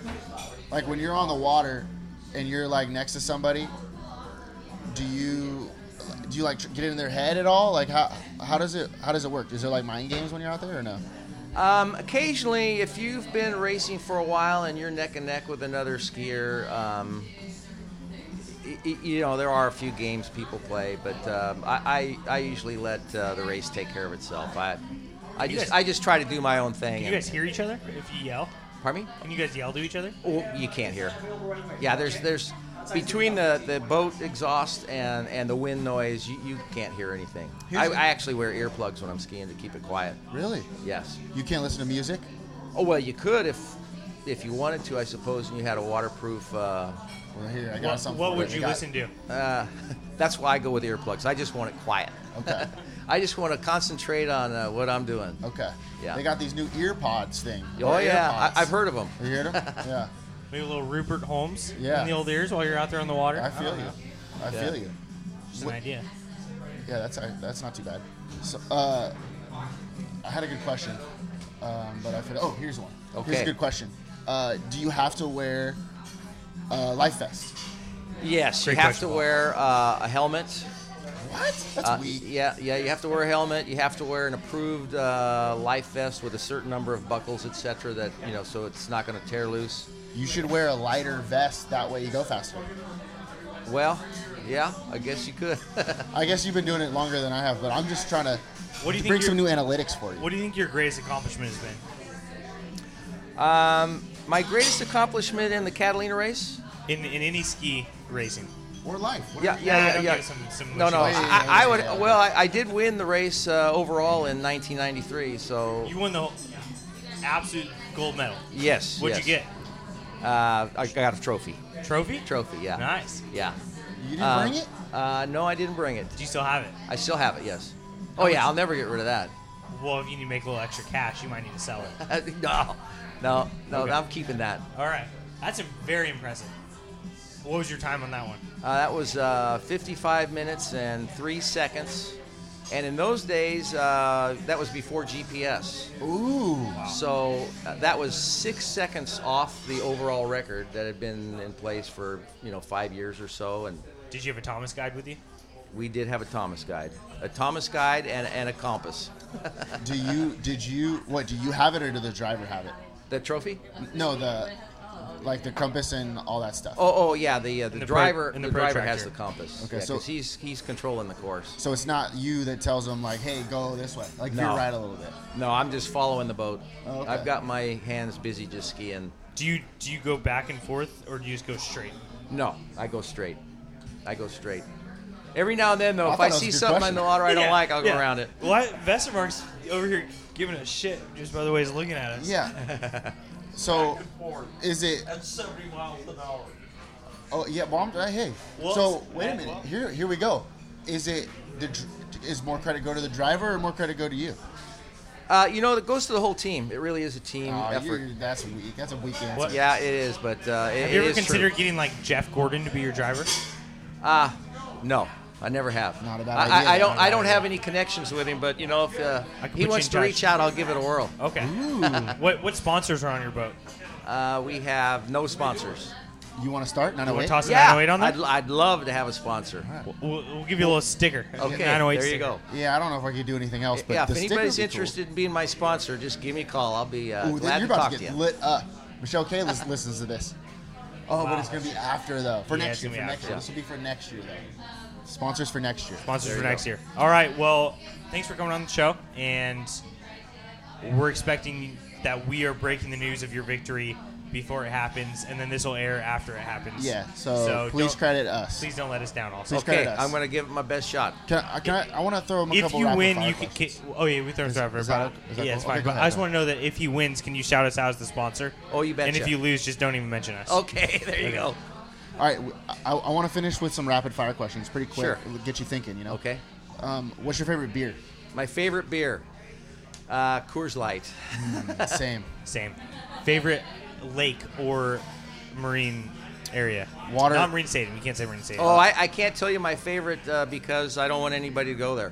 Speaker 3: like when you're on the water and you're like next to somebody, do you do you like tr- get in their head at all? Like how how does it how does it work? Is there like mind games when you're out there or no?
Speaker 5: Um, occasionally, if you've been racing for a while and you're neck and neck with another skier, um, y- y- you know there are a few games people play, but um, I, I I usually let uh, the race take care of itself. I I
Speaker 4: You guys-
Speaker 5: just I just try to do my own thing.
Speaker 4: Can you
Speaker 5: and-
Speaker 4: guys hear each other if you yell?
Speaker 5: pardon me?
Speaker 4: Can you guys yell to each other?
Speaker 5: Oh, you can't hear. Yeah, there's there's between the, the boat exhaust and, and the wind noise, you, you can't hear anything. I, I actually wear earplugs when I'm skiing to keep it quiet.
Speaker 3: Really?
Speaker 5: Yes.
Speaker 3: You can't listen to music?
Speaker 5: Oh well, you could if if you wanted to, I suppose, and you had a waterproof. Uh,
Speaker 3: Well, here I got
Speaker 4: What,
Speaker 3: something.
Speaker 4: what
Speaker 3: for
Speaker 4: would
Speaker 3: I
Speaker 4: you
Speaker 3: got-
Speaker 4: listen to?
Speaker 5: uh, that's why I go with earplugs. I just want it quiet.
Speaker 3: (laughs) Okay.
Speaker 5: I just want to concentrate on uh, what I'm doing.
Speaker 3: Okay.
Speaker 5: (laughs) Yeah.
Speaker 3: They got these new ear pods thing.
Speaker 5: Oh
Speaker 3: Or
Speaker 5: yeah,
Speaker 3: AirPods.
Speaker 5: I, I've heard of them.
Speaker 3: You
Speaker 5: (laughs)
Speaker 3: heard 'em? yeah.
Speaker 4: Maybe a little Rupert Holmes
Speaker 3: Yeah.
Speaker 4: in the old ears while you're out there on the water.
Speaker 3: I feel
Speaker 4: don't
Speaker 3: you.
Speaker 4: know.
Speaker 3: I feel you.
Speaker 4: Just an idea.
Speaker 3: Yeah, that's I, that's not too bad. So, uh, I had a good question, um, but I forgot. Oh, here's one. Here's
Speaker 5: Okay.
Speaker 3: a good question. Uh, do you have to wear a life vest?
Speaker 5: Yes, you
Speaker 4: Great
Speaker 5: have
Speaker 4: question,
Speaker 5: to
Speaker 4: Paul.
Speaker 5: wear uh, a helmet.
Speaker 3: What? That's
Speaker 5: Uh,
Speaker 3: weak.
Speaker 5: yeah, yeah, you have to wear a helmet. You have to wear an approved uh, life vest with a certain number of buckles, etc. That you know, so it's not going to tear loose.
Speaker 3: You should wear a lighter vest. That way you go faster.
Speaker 5: Well, yeah, I guess you could. (laughs)
Speaker 3: I guess you've been doing it longer than I have, but I'm just trying to
Speaker 4: What do you think
Speaker 3: bring
Speaker 4: your-
Speaker 3: some new analytics for you.
Speaker 4: What do you think your greatest accomplishment has been?
Speaker 5: My greatest accomplishment in the Catalina race.
Speaker 4: In, in any ski racing.
Speaker 3: or life. What
Speaker 5: Yeah,
Speaker 3: are-
Speaker 4: I
Speaker 5: yeah, yeah.
Speaker 4: don't
Speaker 5: yeah.
Speaker 4: get some- some
Speaker 5: no, no. I,
Speaker 4: much-
Speaker 5: I, I would. Well, I, I did win the race uh, overall in 1993. So
Speaker 4: You won the absolute gold medal.
Speaker 5: yes.
Speaker 4: What'd you
Speaker 5: yes.
Speaker 4: get?
Speaker 5: Uh, I got a trophy.
Speaker 4: Trophy?
Speaker 5: Trophy. Yeah.
Speaker 4: Nice.
Speaker 5: Yeah.
Speaker 3: You didn't
Speaker 5: Uh,
Speaker 3: bring it?
Speaker 5: Uh, no, I didn't bring it.
Speaker 4: Do you still have it?
Speaker 5: I still have it. Yes. Oh yeah, I'll never get rid of that. Uh,
Speaker 4: Well, if you need to make a little extra cash, you might need to sell it.
Speaker 3: (laughs)
Speaker 5: no, no, no.
Speaker 4: Okay.
Speaker 5: I'm keeping that.
Speaker 4: All right. That's a very impressive. What was your time on that one?
Speaker 5: Uh, that was uh, 55 minutes and three seconds. And in those days, uh, that was before GPS.
Speaker 3: Ooh.
Speaker 5: So uh, that was six seconds off the overall record that had been in place for you know five years or so, and
Speaker 4: Did you have a Thomas guide with you?
Speaker 5: we did have a Thomas guide, a Thomas guide, and, and a compass.
Speaker 3: Do you? Did you? What? Do you have it, or did the driver have it?
Speaker 5: The trophy?
Speaker 3: No, the like the compass and all that stuff.
Speaker 5: Oh, oh yeah, the uh, the,
Speaker 4: And the pro-
Speaker 5: driver
Speaker 4: and
Speaker 5: the,
Speaker 4: the
Speaker 5: driver has
Speaker 4: protractor.
Speaker 5: the compass.
Speaker 3: Okay,
Speaker 5: yeah,
Speaker 3: so-
Speaker 5: 'cause he's he's controlling the course.
Speaker 3: So it's not you that tells them like, "Hey, go this way." Like
Speaker 5: No.
Speaker 3: you're right a little bit.
Speaker 5: No, I'm just following the boat.
Speaker 3: Oh, okay.
Speaker 5: I've got my hands busy just skiing.
Speaker 4: Do you do you go back and forth or do you just go straight?
Speaker 5: No, I go straight. I go straight. Every now and then, though,
Speaker 3: Oh, I
Speaker 5: if
Speaker 3: thought
Speaker 5: I
Speaker 3: that was a
Speaker 5: see
Speaker 3: good
Speaker 5: something
Speaker 3: question.
Speaker 5: in the water I don't
Speaker 4: Yeah,
Speaker 5: like, I'll
Speaker 4: yeah.
Speaker 5: go around it.
Speaker 4: Well, Vestermark's over here giving us shit just by the way he's looking at us.
Speaker 3: Yeah.
Speaker 5: (laughs)
Speaker 3: So is it?
Speaker 8: That's 70 miles an hour.
Speaker 3: Oh yeah. Well, I'm, hey.
Speaker 4: Well,
Speaker 3: so
Speaker 4: it's-
Speaker 3: wait a minute. Here, here we go. Is it the? dr- Is more credit go to the driver or more credit go to you?
Speaker 5: Uh, you know, it goes to the whole team. It really is a team
Speaker 3: Aw,
Speaker 5: effort.
Speaker 3: you- that's weak. That's a weak answer.
Speaker 4: What?
Speaker 5: Yeah, it is, but uh,
Speaker 4: Have
Speaker 5: it,
Speaker 4: you
Speaker 5: it
Speaker 4: ever
Speaker 5: is
Speaker 4: considered
Speaker 5: true.
Speaker 4: getting like Jeff Gordon to be your driver?
Speaker 5: Uh, no, I never have.
Speaker 3: Not a bad
Speaker 5: I,
Speaker 3: idea,
Speaker 5: I, I don't.
Speaker 4: not a
Speaker 5: I
Speaker 4: bad
Speaker 5: don't
Speaker 4: idea.
Speaker 5: have any connections with him, but you know, if uh,
Speaker 4: I can put
Speaker 5: he
Speaker 4: you
Speaker 5: wants
Speaker 4: in
Speaker 5: to
Speaker 4: touch.
Speaker 5: reach out, I'll give it a whirl.
Speaker 4: Okay. (laughs) what what sponsors are on your boat?
Speaker 5: Uh, we have no sponsors.
Speaker 3: You want to start? No,
Speaker 4: You
Speaker 3: no,
Speaker 4: want
Speaker 3: wait.
Speaker 4: to toss a
Speaker 5: Yeah,
Speaker 4: 908 on
Speaker 5: I'd,
Speaker 4: there?
Speaker 5: I'd love to have a sponsor.
Speaker 4: We'll, we'll give you a little sticker. a
Speaker 5: Okay,
Speaker 4: 908
Speaker 5: there you
Speaker 4: sticker.
Speaker 5: go.
Speaker 3: Yeah, I don't know if I could do anything else, but
Speaker 5: yeah, if
Speaker 3: the sticker would
Speaker 5: anybody's
Speaker 3: be cool.
Speaker 5: interested in being my sponsor, just give me a call. I'll be uh,
Speaker 3: Ooh, then
Speaker 5: glad
Speaker 3: you're
Speaker 5: to
Speaker 3: about
Speaker 5: talk
Speaker 3: to
Speaker 5: to
Speaker 3: get
Speaker 5: you.
Speaker 3: lit up. Michelle K lis- (laughs) listens to this. Oh,
Speaker 4: Wow.
Speaker 3: but it's gonna be after though. For
Speaker 4: Yeah,
Speaker 3: next
Speaker 4: it's
Speaker 3: year.
Speaker 4: gonna
Speaker 3: For
Speaker 4: be
Speaker 3: next
Speaker 4: after.
Speaker 3: year. This will be for next year though. Sponsors for next year.
Speaker 4: Sponsors
Speaker 5: There
Speaker 4: for
Speaker 5: you
Speaker 4: next
Speaker 5: go.
Speaker 4: year. All right. Well, thanks for coming on the show, and we're expecting that we are breaking the news of your victory before it happens, and then this will air after it happens.
Speaker 3: Yeah. So, please
Speaker 4: don't-
Speaker 3: credit us.
Speaker 4: Please don't let us down. Also,
Speaker 3: Please
Speaker 5: Okay,
Speaker 3: credit us.
Speaker 5: I'm gonna give it my best shot.
Speaker 3: Can I, can I, I want to throw him a
Speaker 4: if
Speaker 3: couple
Speaker 4: you
Speaker 3: rapid
Speaker 4: win,
Speaker 3: fire
Speaker 4: you can.
Speaker 3: questions.
Speaker 4: can- oh yeah, we throw stuff.
Speaker 3: is that o- is that
Speaker 4: yeah,
Speaker 3: cool?
Speaker 4: it's fine.
Speaker 3: Okay, go
Speaker 4: but
Speaker 3: ahead,
Speaker 4: I just
Speaker 3: go
Speaker 4: want to know that if he wins, can you shout us out as the sponsor?
Speaker 5: Oh, you
Speaker 4: And if
Speaker 5: betcha.
Speaker 4: you lose, just don't even mention us.
Speaker 3: Oh.
Speaker 5: Okay, (laughs) there you
Speaker 4: Okay.
Speaker 5: go.
Speaker 3: All right. w- I, want to finish with some rapid fire questions, pretty quick.
Speaker 5: Sure.
Speaker 3: It'll get you thinking. You know.
Speaker 5: Okay,
Speaker 3: Um, what's your favorite
Speaker 4: (laughs)
Speaker 3: beer?
Speaker 5: my favorite beer, uh, Coors Light.
Speaker 3: Same.
Speaker 4: Same. Favorite lake or marine area?
Speaker 3: Water-
Speaker 4: Not marine stadium. You can't say
Speaker 3: Oh.
Speaker 4: marine stadium.
Speaker 5: Oh, I, I can't tell you my favorite uh, because I don't want anybody to go there.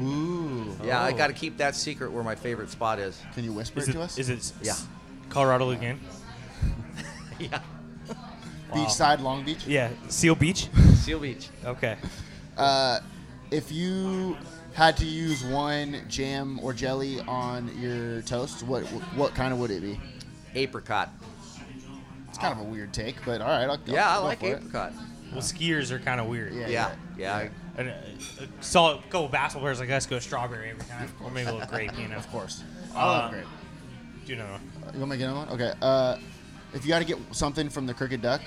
Speaker 3: Ooh.
Speaker 5: Yeah, I got to keep that secret where my favorite spot is.
Speaker 3: Can you whisper
Speaker 4: Is
Speaker 3: it,
Speaker 4: it,
Speaker 3: to us?
Speaker 4: is it s-
Speaker 5: Yeah.
Speaker 4: Colorado again?
Speaker 5: yeah,
Speaker 3: Beachside, Long Beach.
Speaker 4: Yeah. Seal Beach?
Speaker 5: Seal Beach.
Speaker 4: Okay.
Speaker 3: If you had to use one jam or jelly on your toast, what what kind of would it be?
Speaker 5: Apricot.
Speaker 3: It's kind of a weird take, but all right. I'll, I'll
Speaker 5: Yeah, I
Speaker 3: Oh, go
Speaker 5: like
Speaker 3: for it.
Speaker 5: apricot.
Speaker 4: Well, skiers are kind of weird.
Speaker 3: Yeah,
Speaker 5: Yeah, yeah.
Speaker 4: And uh, uh, saw a couple basketball players like us go strawberry every time, or maybe a little grape, you know.
Speaker 3: Of course. I love
Speaker 5: Oh,
Speaker 4: Uh,
Speaker 3: grape.
Speaker 4: Do you know?
Speaker 3: Oh, You want me to get another one? Okay. Uh, if you got to get something from the Crooked Duck,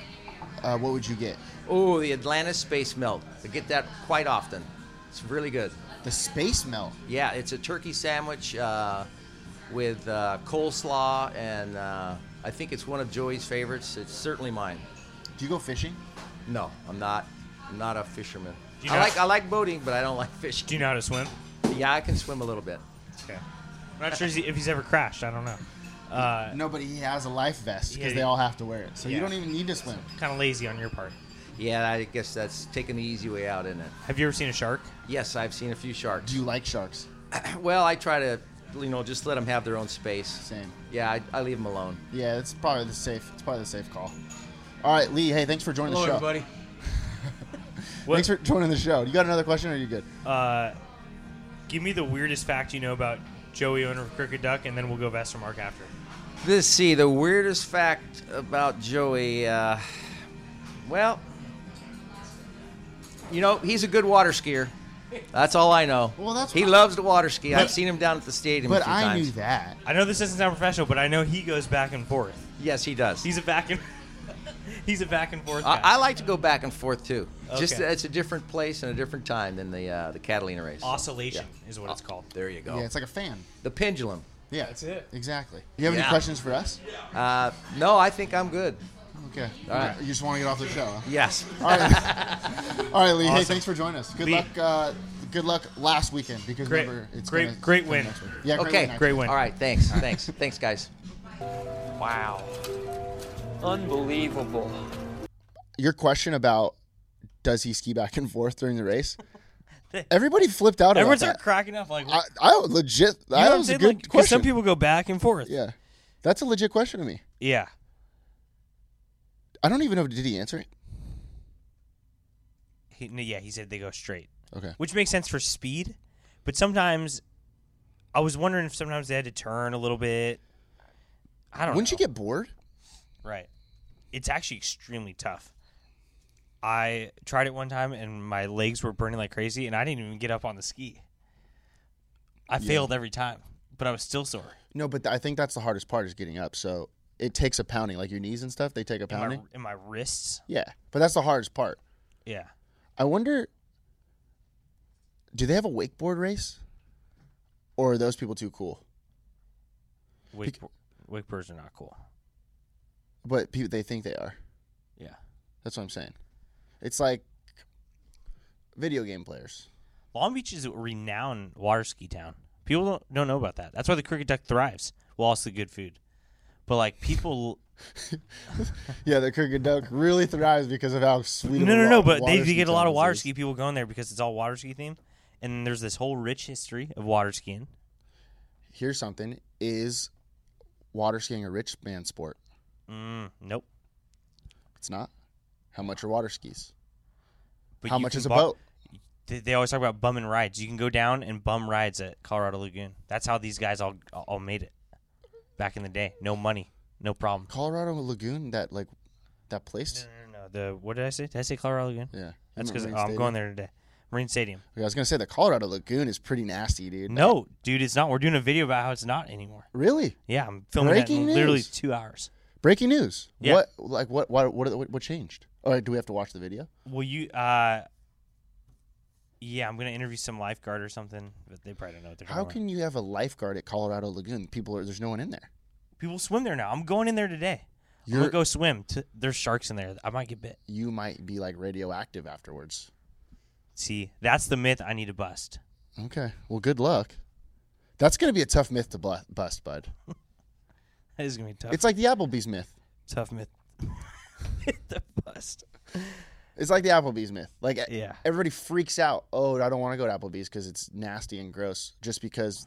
Speaker 3: uh, what would you get?
Speaker 5: Oh, the Atlantis Space Melt. I get that quite often. It's really good.
Speaker 3: The Space Melt.
Speaker 5: Yeah, it's a turkey sandwich uh, with uh, coleslaw, and uh, I think it's one of Joey's favorites. It's certainly mine.
Speaker 3: Do you go fishing?
Speaker 5: No, I'm not. I'm not a fisherman.
Speaker 4: Do you
Speaker 5: I
Speaker 4: not-
Speaker 5: like I like boating, but I don't (laughs) like fishing.
Speaker 4: Do you know how to swim?
Speaker 5: Yeah, I can swim a little bit.
Speaker 4: Okay. I'm not sure if he's ever crashed. I don't know. Uh,
Speaker 3: Nobody has a life vest because
Speaker 4: Yeah,
Speaker 3: they
Speaker 4: you-
Speaker 3: all have to wear it, so
Speaker 4: Yeah.
Speaker 3: you don't even need to swim.
Speaker 4: kind of lazy on your part.
Speaker 5: Yeah, I guess that's taking the easy way out, isn't it?
Speaker 4: Have you ever seen a shark?
Speaker 5: Yes, I've seen a few sharks. (laughs)
Speaker 3: Do you like sharks?
Speaker 5: Well, I try to, you know, just let them have their own space.
Speaker 3: Same.
Speaker 5: Yeah, I, I leave them alone.
Speaker 3: Yeah, it's probably the safe. It's probably the safe call. All right, Lee. Hey, thanks for joining
Speaker 7: Hello,
Speaker 3: the show. (laughs)
Speaker 7: everybody.
Speaker 4: What-
Speaker 3: Thanks for joining the show. You got another question, or are you good?
Speaker 4: Uh, give me the weirdest fact you know about Joey, owner of Crooked Duck, and then we'll go Vestermark after.
Speaker 5: Let's see. The weirdest fact about Joey. Uh, well, you know, he's a good water skier. That's all I know.
Speaker 3: Well, that's
Speaker 5: he
Speaker 3: fine.
Speaker 5: loves to water ski. I've
Speaker 3: But-
Speaker 5: seen him down at the stadium. a
Speaker 3: But
Speaker 5: few
Speaker 3: I
Speaker 5: times.
Speaker 3: knew that.
Speaker 4: I know this doesn't sound professional, but I know he goes back and forth.
Speaker 5: Yes, he does.
Speaker 4: He's a back and (laughs) he's a back and forth. Guy.
Speaker 5: I, I like to go back and forth too. Just
Speaker 4: Okay.
Speaker 5: it's a different place and a different time than the uh, the Catalina race.
Speaker 4: oscillation is what it's called.
Speaker 5: There you go.
Speaker 3: Yeah, it's like a fan.
Speaker 5: the pendulum.
Speaker 3: Yeah, that's it. Exactly. You have any
Speaker 5: Yeah.
Speaker 3: questions for us?
Speaker 5: Uh, no, I think I'm good.
Speaker 3: Okay.
Speaker 5: All right.
Speaker 3: You just want to get off the show. Huh?
Speaker 5: Yes.
Speaker 3: All right. All right, Lee. Hey,
Speaker 4: Awesome.
Speaker 3: thanks for joining us. Good
Speaker 4: Lee.
Speaker 3: luck. Uh, good luck last weekend because
Speaker 4: Great-
Speaker 3: remember it's
Speaker 4: great-
Speaker 3: gonna
Speaker 4: great
Speaker 3: come
Speaker 4: win.
Speaker 3: next week. Yeah. Great
Speaker 5: Okay.
Speaker 3: win,
Speaker 4: Great win.
Speaker 5: All right. Thanks. Thanks. thanks, guys.
Speaker 7: Wow. Unbelievable.
Speaker 3: Your question about does he ski back and forth during the
Speaker 4: (laughs)
Speaker 3: race? Everybody flipped out.
Speaker 4: Everyone's
Speaker 3: about
Speaker 4: started
Speaker 3: that.
Speaker 4: cracking up like.
Speaker 3: I, I legit. That was a good question.
Speaker 4: Some people go back and forth.
Speaker 3: yeah, that's a legit question to me.
Speaker 4: Yeah.
Speaker 3: I don't even know. Did he answer it?
Speaker 4: He, no, yeah, he said they go straight,
Speaker 3: Okay.
Speaker 4: which makes sense for speed, but sometimes I was wondering if sometimes they had to turn a little bit. I don't.
Speaker 3: Wouldn't
Speaker 4: know.
Speaker 3: you get bored?
Speaker 4: right? It's actually extremely tough. I tried it one time and my legs were burning like crazy, and I didn't even get up on the ski. I failed every time, but I was still sore.
Speaker 3: No, but th- I think that's the hardest part is getting up. So it takes a pounding, like your knees and stuff. They take a
Speaker 4: In my,
Speaker 3: pounding.
Speaker 4: in my wrists,
Speaker 3: Yeah, but that's the hardest part.
Speaker 4: yeah.
Speaker 3: I wonder, do they have a wakeboard race, or are those people too cool?
Speaker 4: Wake, wakeboards are not cool.
Speaker 3: But people they think they are.
Speaker 4: Yeah.
Speaker 3: That's what I'm saying. It's like video game players.
Speaker 4: Long Beach is a renowned water ski town. People don't, don't know about that. That's why the cricket duck thrives. Well, also good food. But like
Speaker 3: (laughs)
Speaker 4: people,
Speaker 3: Yeah, the Crooked Duck really thrives because of how sweet.
Speaker 4: no,
Speaker 3: of a wa-
Speaker 4: no, no. But they,
Speaker 3: water
Speaker 4: they
Speaker 3: ski
Speaker 4: get a lot of
Speaker 3: town
Speaker 4: water
Speaker 3: this is.
Speaker 4: ski people going there because it's all water ski themed, and there's this whole rich history of water skiing.
Speaker 3: Here's something: is water skiing a rich man sport?
Speaker 4: Mm, nope.
Speaker 3: It's not. How much are water skis?
Speaker 4: But
Speaker 3: How
Speaker 4: you
Speaker 3: much
Speaker 4: can
Speaker 3: is a
Speaker 4: bu-
Speaker 3: boat?
Speaker 4: They, they always talk about bumming rides. You can go down and bum rides at Colorado Lagoon. That's how these guys all all made it back in the day. No money, no problem.
Speaker 3: Colorado Lagoon, that like that
Speaker 4: No,
Speaker 3: place.
Speaker 4: no, no. no. The what did I say? Did I say Colorado Lagoon?
Speaker 3: Yeah,
Speaker 4: That's because I'm going there today. Marine Stadium.
Speaker 3: I was gonna say the Colorado Lagoon is pretty nasty, dude.
Speaker 4: No, dude, it's not. We're doing a video about how it's not anymore.
Speaker 3: really.
Speaker 4: Yeah, I'm filming that in
Speaker 3: Breaking
Speaker 4: literally
Speaker 3: news.
Speaker 4: two hours.
Speaker 3: Breaking news.
Speaker 4: Yeah.
Speaker 3: What like what what what what, what changed? All right, do we have to watch the video?
Speaker 4: Will you? uh Yeah, I'm gonna interview some lifeguard or something, but they probably don't know what they're.
Speaker 3: How
Speaker 4: talking
Speaker 3: can you have a lifeguard at Colorado Lagoon? People are there's no one in there.
Speaker 4: about. people swim there now? I'm going in there today. I'm
Speaker 3: You're-
Speaker 4: gonna go swim. T- there's sharks in there. I might get bit.
Speaker 3: You might be like radioactive afterwards.
Speaker 4: See, that's the myth I need to bust. (laughs)
Speaker 3: Okay. Well, good luck. That's gonna be a tough myth to bu- bust, bud.
Speaker 4: That is gonna be tough. (laughs)
Speaker 3: It's like the Applebee's myth.
Speaker 4: tough myth. to bust.
Speaker 3: It's like the Applebee's myth. Like e-
Speaker 4: Yeah.
Speaker 3: everybody freaks out. Oh, I don't want to go to Applebee's because it's nasty and gross. Just because,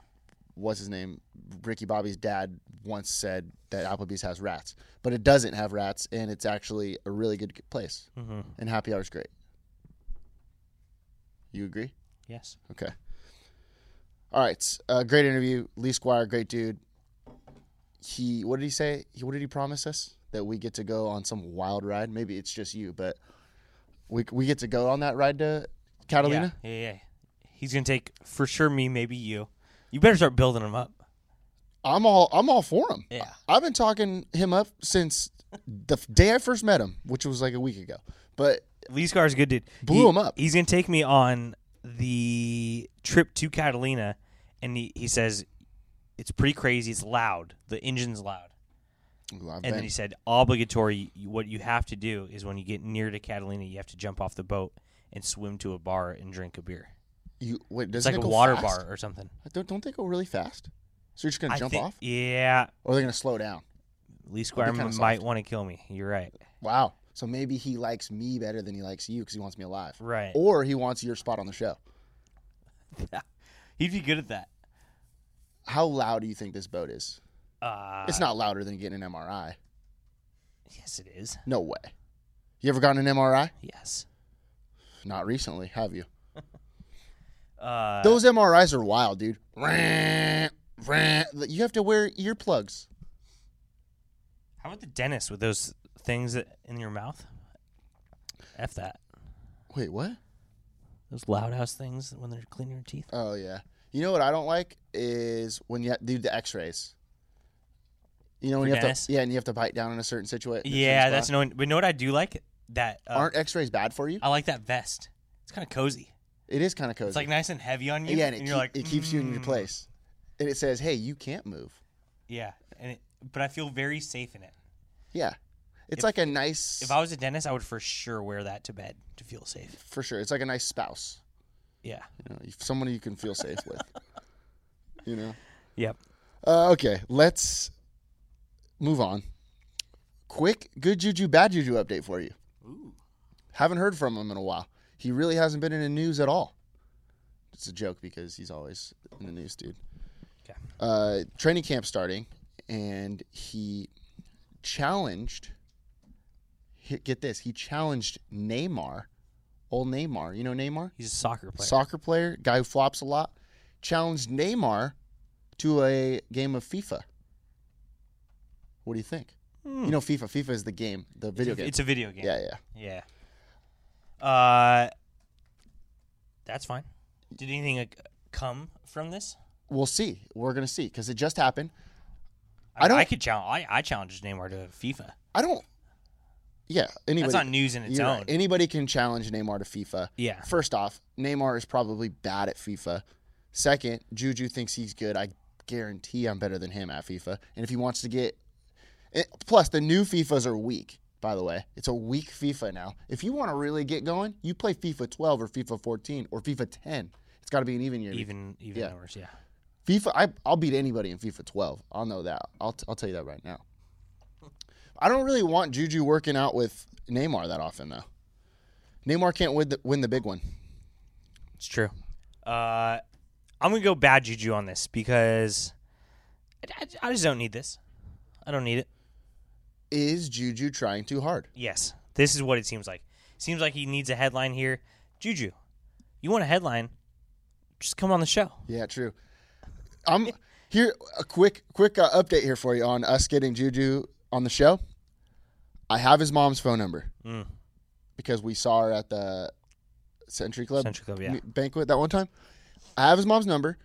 Speaker 3: what's his name, Ricky Bobby's dad once said that Applebee's has rats, but it doesn't have rats, and it's actually a really good place. And happy hour's great. You agree?
Speaker 4: Yes.
Speaker 3: Okay. All right. Uh, great interview. Lee Squire, great dude. He, what did he say? He, what did he promise us? That we get to go on some wild ride. Maybe it's just you, but we, we get to go on that ride to Catalina.
Speaker 4: Yeah, yeah, yeah. He's gonna take for sure me, maybe you. You better start building him up.
Speaker 3: I'm all, I'm all for him.
Speaker 4: Yeah.
Speaker 3: I- I've been talking him up since the f- day I first met him, which was like a week ago. But
Speaker 4: Lee Scar's a good dude.
Speaker 3: Blew
Speaker 4: He-
Speaker 3: him up.
Speaker 4: He's gonna take me on the trip to Catalina, and he, he says it's pretty crazy. It's loud. The engine's loud.
Speaker 3: Ooh, I've
Speaker 4: And then
Speaker 3: been-
Speaker 4: he said obligatory. you- What you have to do is when you get near to Catalina, you have to jump off the boat and swim to a bar and drink a beer.
Speaker 3: you wait.
Speaker 4: It's
Speaker 3: Doesn't
Speaker 4: like
Speaker 3: it
Speaker 4: a
Speaker 3: go
Speaker 4: water
Speaker 3: fast?
Speaker 4: bar or something.
Speaker 3: Don't, don't they go really fast? So you're just gonna
Speaker 4: I
Speaker 3: jump
Speaker 4: think-
Speaker 3: off,
Speaker 4: Yeah,
Speaker 3: or they're gonna slow down?
Speaker 4: Lee Squire
Speaker 3: kinda
Speaker 4: m-
Speaker 3: soft.
Speaker 4: might want to kill me. You're right.
Speaker 3: Wow. So maybe he likes me better than he likes you because he wants me alive.
Speaker 4: Right.
Speaker 3: Or he wants your spot on the show.
Speaker 4: (laughs) He'd be good at that.
Speaker 3: How loud do you think this boat is?
Speaker 4: Uh,
Speaker 3: it's not louder than getting an MRI.
Speaker 4: yes, it is.
Speaker 3: No way. You ever gotten an MRI?
Speaker 4: Yes.
Speaker 3: Not recently, have you?
Speaker 4: (laughs) Uh,
Speaker 3: Those MRIs are wild, dude. Rah, rah. You have to wear earplugs.
Speaker 4: How about the dentist with those things that in your mouth? F that.
Speaker 3: Wait, what?
Speaker 4: Those loud ass things when they're cleaning your teeth.
Speaker 3: Oh yeah. You know what I don't like is when you do the X-rays. You know when
Speaker 4: For
Speaker 3: you have
Speaker 4: dentists?
Speaker 3: to yeah, and you have to bite down in a certain situation.
Speaker 4: Yeah, that's annoying. But you know what I do like? That uh,
Speaker 3: Aren't X-rays bad for you?
Speaker 4: I like that vest. It's kind of cozy.
Speaker 3: It is kind of cozy.
Speaker 4: It's like nice and heavy on you.
Speaker 3: yeah, and it,
Speaker 4: you're
Speaker 3: keep-
Speaker 4: like,
Speaker 3: it keeps you in your
Speaker 4: "Mm."
Speaker 3: place, and it says, "Hey, you can't move."
Speaker 4: Yeah, and it, but I feel very safe in it.
Speaker 3: Yeah, it's like a nice
Speaker 4: If I was a dentist, I would for sure wear that to bed to feel safe.
Speaker 3: for sure. It's like a nice spouse,
Speaker 4: Yeah.
Speaker 3: you know, if- someone you can feel safe with. (laughs) You know.
Speaker 4: Yep.
Speaker 3: Uh, okay, let's move on. Quick, good juju, bad juju update for you. Haven't heard from him in a while. He really hasn't been in the news at all. It's a joke because he's always in the news, dude.
Speaker 4: Okay.
Speaker 3: Uh, training camp starting, and he challenged. he- Get this, he challenged Neymar, old Neymar. You know Neymar,
Speaker 4: He's a soccer player.
Speaker 3: soccer player, guy who flops a lot. Challenged Neymar to a game of FIFA. What do you think? You know FIFA. FIFA is the game, the video game.
Speaker 4: Hmm. It's a video game.
Speaker 3: yeah, yeah.
Speaker 4: Yeah. Uh, that's fine. Did anything like, come from this?
Speaker 3: We'll see. We're gonna see because it just happened. I don't-
Speaker 4: I could challenge. I, I challenged Neymar to FIFA.
Speaker 3: I don't. Yeah, anybody.
Speaker 4: That's not news in its
Speaker 3: you're
Speaker 4: own.
Speaker 3: right. Anybody can challenge Neymar to FIFA.
Speaker 4: Yeah.
Speaker 3: First off, Neymar is probably bad at FIFA. Second, Juju thinks he's good. I guarantee I'm better than him at FIFA. And if he wants to get, eh, plus the new FIFAs are weak. By the way, it's a weak FIFA now. If you want to really get going, you play FIFA 12 or FIFA 14 or FIFA 10. It's got to be an even year.
Speaker 4: even even
Speaker 3: Yeah.
Speaker 4: numbers, yeah.
Speaker 3: FIFA, I, I'll beat anybody in FIFA 12. I'll know that. I'll, t- I'll tell you that right now. I don't really want Juju working out with Neymar that often, though. Neymar can't win the, win the big one.
Speaker 4: It's true. Uh, I'm gonna go bad juju on this because I, I- I just don't need this. I don't need it.
Speaker 3: Is Juju trying too hard?
Speaker 4: Yes, this is what it seems like. Seems like he needs a headline here. Juju, you want a headline? Just come on the show.
Speaker 3: Yeah, true. I'm here. A quick, quick uh, update here for you on us getting Juju on the show. I have his mom's phone number
Speaker 4: Mm.
Speaker 3: because we saw her at the Century Club,
Speaker 4: Century Club, yeah.
Speaker 3: m- banquet that one time. I have his mom's number.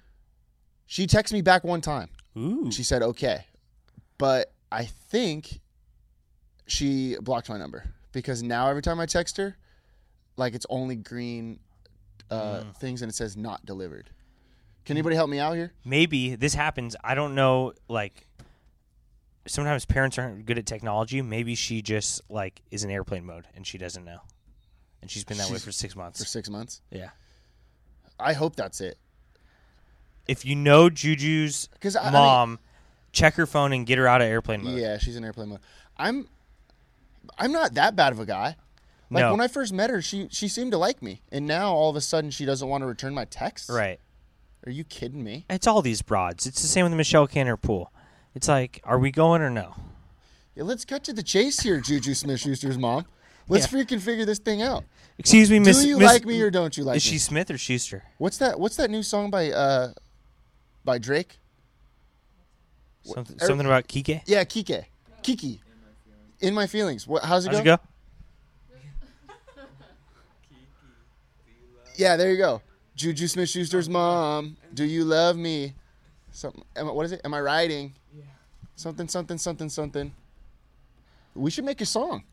Speaker 3: She texted me back one time.
Speaker 4: Ooh,
Speaker 3: She said okay, but I think she blocked my number because now every time I text her, like it's only green uh,
Speaker 4: Mm.
Speaker 3: things and it says not delivered. Can anybody help me out here?
Speaker 4: maybe this happens. I don't know. Like sometimes parents aren't good at technology. Maybe she just like is in airplane mode and she doesn't know, and she's been that way
Speaker 3: She's-
Speaker 4: for six months.
Speaker 3: For six months,
Speaker 4: yeah.
Speaker 3: I hope that's it.
Speaker 4: if you know Juju's
Speaker 3: 'Cause I- I
Speaker 4: mom, check her phone and get her out of airplane mode.
Speaker 3: Yeah, she's in airplane mode. I'm, I'm not that bad of a guy. Like
Speaker 4: No.
Speaker 3: when I first met her, she she seemed to like me, and now all of a sudden she doesn't want to return my texts.
Speaker 4: Right.
Speaker 3: Are you kidding me?
Speaker 4: It's all these broads. It's the same with Michelle Canner pool. It's like, are we going or no?
Speaker 3: Yeah, let's cut to the chase here, Juju Smith Schuster's mom. Let's freaking figure this thing out.
Speaker 4: Excuse me, Miss.
Speaker 3: Do you
Speaker 4: Miss-
Speaker 3: like me or don't you like
Speaker 4: Is
Speaker 3: me?
Speaker 4: she Smith or Schuster?
Speaker 3: What's that? What's that new song by uh, by Drake?
Speaker 4: Something,
Speaker 3: er-
Speaker 4: something about Kike.
Speaker 3: Yeah, Kike, Kiki, in my feelings. What? How's it
Speaker 4: How's it
Speaker 3: go?
Speaker 4: go?
Speaker 3: Yeah, there you go. Juju Smith Schuster's mom. Do you love me? Something. Am I, what is it? Am I riding? Something. Something. Something. Something. We should make a song.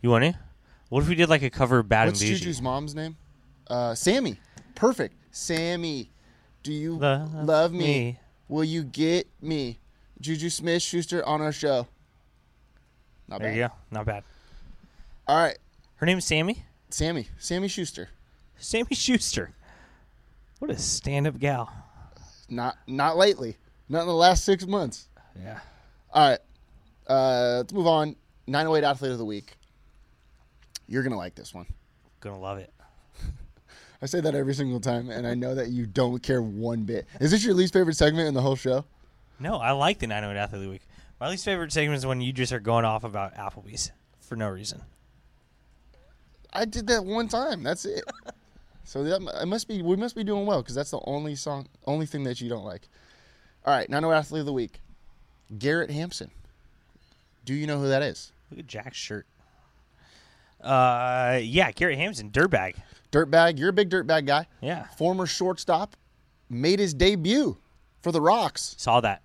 Speaker 4: You want to? What if we did like a cover of Bad
Speaker 3: What's
Speaker 4: and Bougie?
Speaker 3: Juju's mom's name? Uh, Sammy. Perfect. Sammy, do you
Speaker 4: Love
Speaker 3: love, me?
Speaker 4: me.
Speaker 3: Will you get me? Juju Smith Schuster on our show. Not
Speaker 4: There
Speaker 3: bad.
Speaker 4: you go. Not bad.
Speaker 3: All right,
Speaker 4: Her name's Sammy.
Speaker 3: Sammy. Sammy Schuster.
Speaker 4: Sammy (laughs) Schuster. What a stand-up gal.
Speaker 3: Not not lately. Not in the last six months.
Speaker 4: Yeah.
Speaker 3: All right. Uh, let's move on. 908 athlete of the week. You're gonna like this one.
Speaker 4: Gonna love it.
Speaker 3: I say that every single time, and I know that you don't care one bit. Is this your least favorite segment in the whole show?
Speaker 4: No, I like the 908 Athlete of the Week. My least favorite segment is when you just are going off about Applebee's for no reason.
Speaker 3: I did that one time. That's it. so that I must be we must be doing well because that's the only song, only thing that you don't like. All right, now no athlete of the week, Garrett Hampson. Do you know who that is?
Speaker 4: Look at Jack's shirt. Uh, yeah, Garrett Hampson, dirtbag.
Speaker 3: Dirtbag, you're a big dirtbag guy.
Speaker 4: Yeah.
Speaker 3: Former shortstop, made his debut for the Rocks
Speaker 4: Saw that.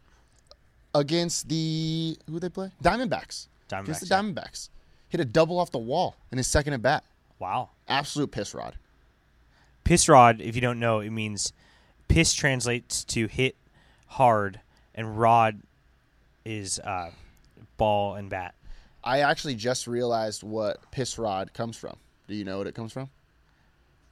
Speaker 3: against the who they play Diamondbacks. Against the
Speaker 4: Diamondbacks, yeah.
Speaker 3: Diamondbacks, hit a double off the wall in his second at bat.
Speaker 4: Wow.
Speaker 3: Absolute piss rod.
Speaker 4: Piss rod, if you don't know, it means piss translates to hit hard, and rod is uh, ball and bat.
Speaker 3: I actually just realized what piss rod comes from. Do you know what it comes from?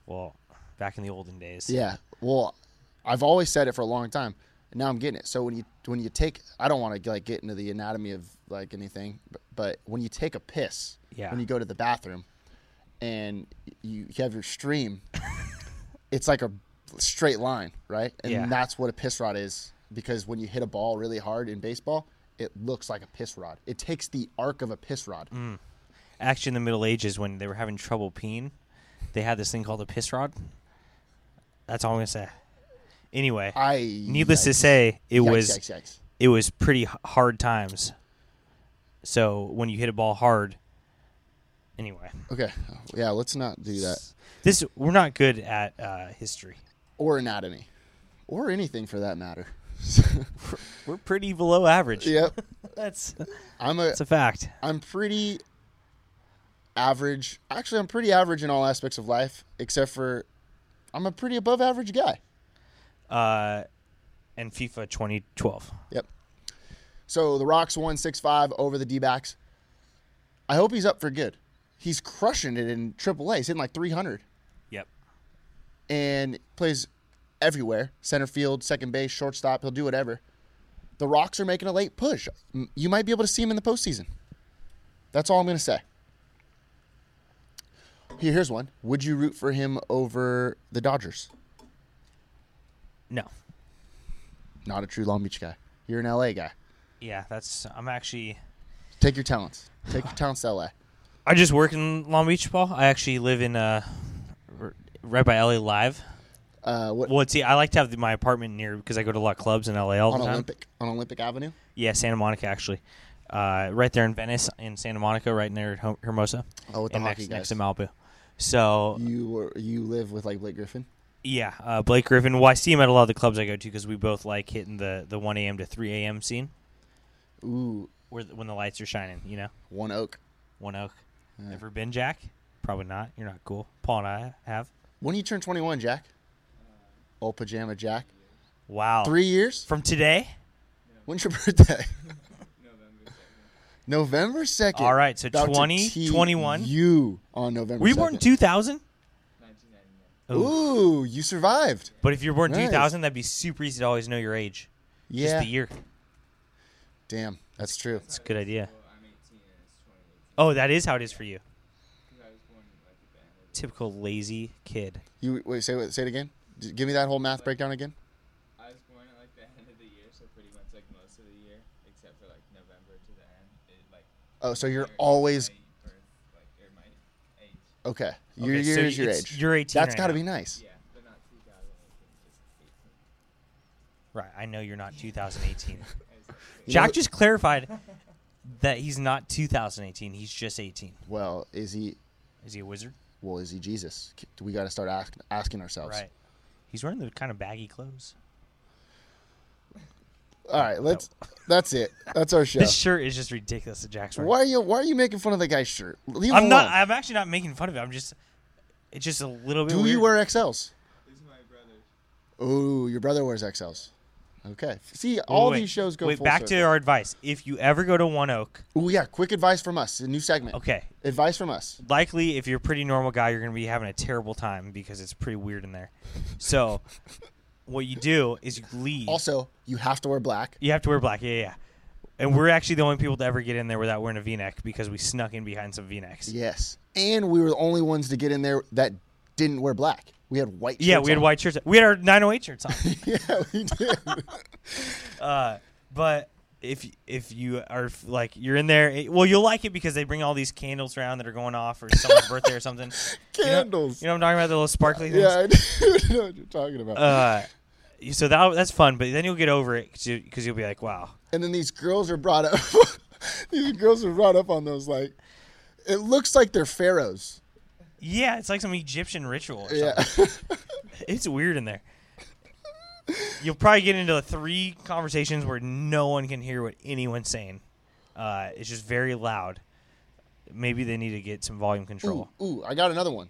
Speaker 4: Well, back in the olden days.
Speaker 3: Yeah. Well, I've always said it for a long time. And now I'm getting it. So when you when you take, I don't want to like get into the anatomy of like anything, but, but when you take a piss,
Speaker 4: Yeah.
Speaker 3: when you go to the bathroom, and you you have your stream, (laughs) it's like a straight line, right? And
Speaker 4: Yeah.
Speaker 3: that's what a piss rod is because when you hit a ball really hard in baseball, it looks like a piss rod. It takes the arc of a piss rod.
Speaker 4: Mm. Actually, in the Middle Ages, when they were having trouble peeing, they had this thing called a piss rod. That's all I'm gonna say. Anyway,
Speaker 3: I
Speaker 4: needless to
Speaker 3: yikes.
Speaker 4: say, it
Speaker 3: Yikes,
Speaker 4: was
Speaker 3: yikes, yikes.
Speaker 4: it was pretty h- hard times. So when you hit a ball hard, anyway,
Speaker 3: Okay, yeah, let's not do that.
Speaker 4: this we're not good at uh, history.
Speaker 3: or anatomy, or anything for that matter.
Speaker 4: We're pretty below average.
Speaker 3: yep,
Speaker 4: that's
Speaker 3: (laughs) I'm a
Speaker 4: that's a fact.
Speaker 3: I'm pretty average. Actually, I'm pretty average in all aspects of life, except for I'm a pretty above average guy.
Speaker 4: Uh, and FIFA 2012.
Speaker 3: Yep. So the Rocks won six five over the D backs. I hope he's up for good. He's crushing it in AAA. He's hitting like 300
Speaker 4: Yep.
Speaker 3: and plays everywhere center field, second base, shortstop. He'll do whatever. The Rocks are making a late push. M- You might be able to see him in the postseason. That's all I'm going to say. Here, here's one. Would you root for him over the Dodgers?
Speaker 4: No.
Speaker 3: Not a true Long Beach guy. You're an LA guy.
Speaker 4: Yeah, that's. I'm actually.
Speaker 3: Take your talents. Take your talents to LA.
Speaker 4: I just work in Long Beach, Paul. I actually live in uh, r- right by LA Live.
Speaker 3: Uh, what,
Speaker 4: Well, see, I like to have my apartment near because I go to a lot of clubs in LA all
Speaker 3: on
Speaker 4: the time.
Speaker 3: Olympic on Olympic Avenue?
Speaker 4: Yeah, Santa Monica actually, uh, right there in Venice, in Santa Monica, right near Ho- Hermosa.
Speaker 3: Oh, with the
Speaker 4: and
Speaker 3: hockey guys.
Speaker 4: next, next to Malibu. So
Speaker 3: You were you live with like Blake Griffin?
Speaker 4: yeah, uh, Blake Griffin. Well, I see him at a lot of the clubs I go to because we both like hitting the the one a.m. to three a.m. scene
Speaker 3: Ooh,
Speaker 4: where the, when the lights are shining. You know,
Speaker 3: One Oak.
Speaker 4: One Oak. Ever been Jack? Probably not. You're not cool. Paul and I have.
Speaker 3: When do you turn 21, Jack? Old pajama Jack.
Speaker 4: Wow.
Speaker 3: Three years?
Speaker 4: from today.
Speaker 3: When's your (laughs) birthday? November 2nd.
Speaker 4: All right, so
Speaker 3: About to
Speaker 4: 20,
Speaker 3: tee
Speaker 4: 21.
Speaker 3: You on November
Speaker 4: Were you
Speaker 3: 2nd.
Speaker 4: born two thousand?
Speaker 3: Ooh, you survived.
Speaker 4: But if you're born
Speaker 3: Nice.
Speaker 4: 2000, that'd be super easy to always know your age.
Speaker 3: Yeah.
Speaker 4: Just the year.
Speaker 3: Damn, that's true.
Speaker 4: It's a good idea. Oh, that is how it is for you. typical lazy kid.
Speaker 3: You wait. Say what- say it again. D- Give me that whole math breakdown again.
Speaker 6: I was born at like the end of the year, so pretty much like most of the year, except for like November to the end. It like
Speaker 3: Oh, so you're always
Speaker 6: my birth, like or my age.
Speaker 3: okay. Your
Speaker 4: Okay, so
Speaker 3: year is your
Speaker 4: it's-
Speaker 3: age.
Speaker 4: you're 18
Speaker 3: That's
Speaker 4: right
Speaker 3: got to
Speaker 4: now.
Speaker 3: be nice.
Speaker 6: Yeah, but not 2018, just 18.
Speaker 4: Right. I know you're not 2018.
Speaker 3: You
Speaker 4: Jack
Speaker 3: know-
Speaker 4: just clarified that he's not 2018. He's just 18.
Speaker 3: Well, is he?
Speaker 4: Is he a wizard?
Speaker 3: Well, is he Jesus? K- We got to start ask, asking ourselves.
Speaker 4: Right. He's wearing the kind of baggy clothes.
Speaker 3: All right. Let's. That's it. That's our show.
Speaker 4: This shirt is just ridiculous that Jack's wearing.
Speaker 3: Why are you Why are you making fun of the guy's shirt? Leave him
Speaker 4: I'm not.
Speaker 3: alone.
Speaker 4: I'm actually not making fun of it. I'm just. It's just a little bit.
Speaker 3: Do
Speaker 4: weird.
Speaker 3: you wear XLs?
Speaker 6: This is my brother's.
Speaker 3: Ooh, your brother wears XLs. Okay. See, all
Speaker 4: Wait,
Speaker 3: these shows go.
Speaker 4: Wait,
Speaker 3: full
Speaker 4: back to
Speaker 3: circle.
Speaker 4: our advice. If you ever go to One Oak,
Speaker 3: Ooh, yeah. Quick advice from us. A new segment.
Speaker 4: okay,
Speaker 3: Advice from us.
Speaker 4: likely if you're a pretty normal guy, you're going to be having a terrible time because it's pretty weird in there. So, what you do is you leave.
Speaker 3: Also, you have to wear black.
Speaker 4: you have to wear black. Yeah, yeah. yeah. And we're actually the only people to ever get in there without wearing a V-neck because we snuck in behind some V-necks. Yeah,
Speaker 3: Yes. And we were the only ones to get in there that didn't wear black. We had white. shirts
Speaker 4: we had
Speaker 3: on.
Speaker 4: white shirts. We had our 908
Speaker 3: (laughs)
Speaker 4: shirts on.
Speaker 3: yeah, we
Speaker 4: (laughs)
Speaker 3: did.
Speaker 4: But if if you are f- like you're in there, it- well, you'll like it because they bring all these candles around that are going off or someone's birthday or something. You know-
Speaker 3: Candles.
Speaker 4: You know, what I'm talking about the little sparkly
Speaker 3: (laughs)
Speaker 4: things.
Speaker 3: yeah, I do know what you're talking about.
Speaker 4: Uh, so that that's fun, but then you'll get over it because you'll be like, wow.
Speaker 3: and then these girls are brought up. (laughs) these girls are brought up on those like. It looks like they're pharaohs.
Speaker 4: Yeah, it's like some Egyptian ritual. Or
Speaker 3: Yeah.
Speaker 4: something. (laughs) It's weird in there. You'll probably get into three conversations where no one can hear what anyone's saying. Uh, it's just very loud. Maybe they need to get some volume control.
Speaker 3: Ooh, ooh, I got another one.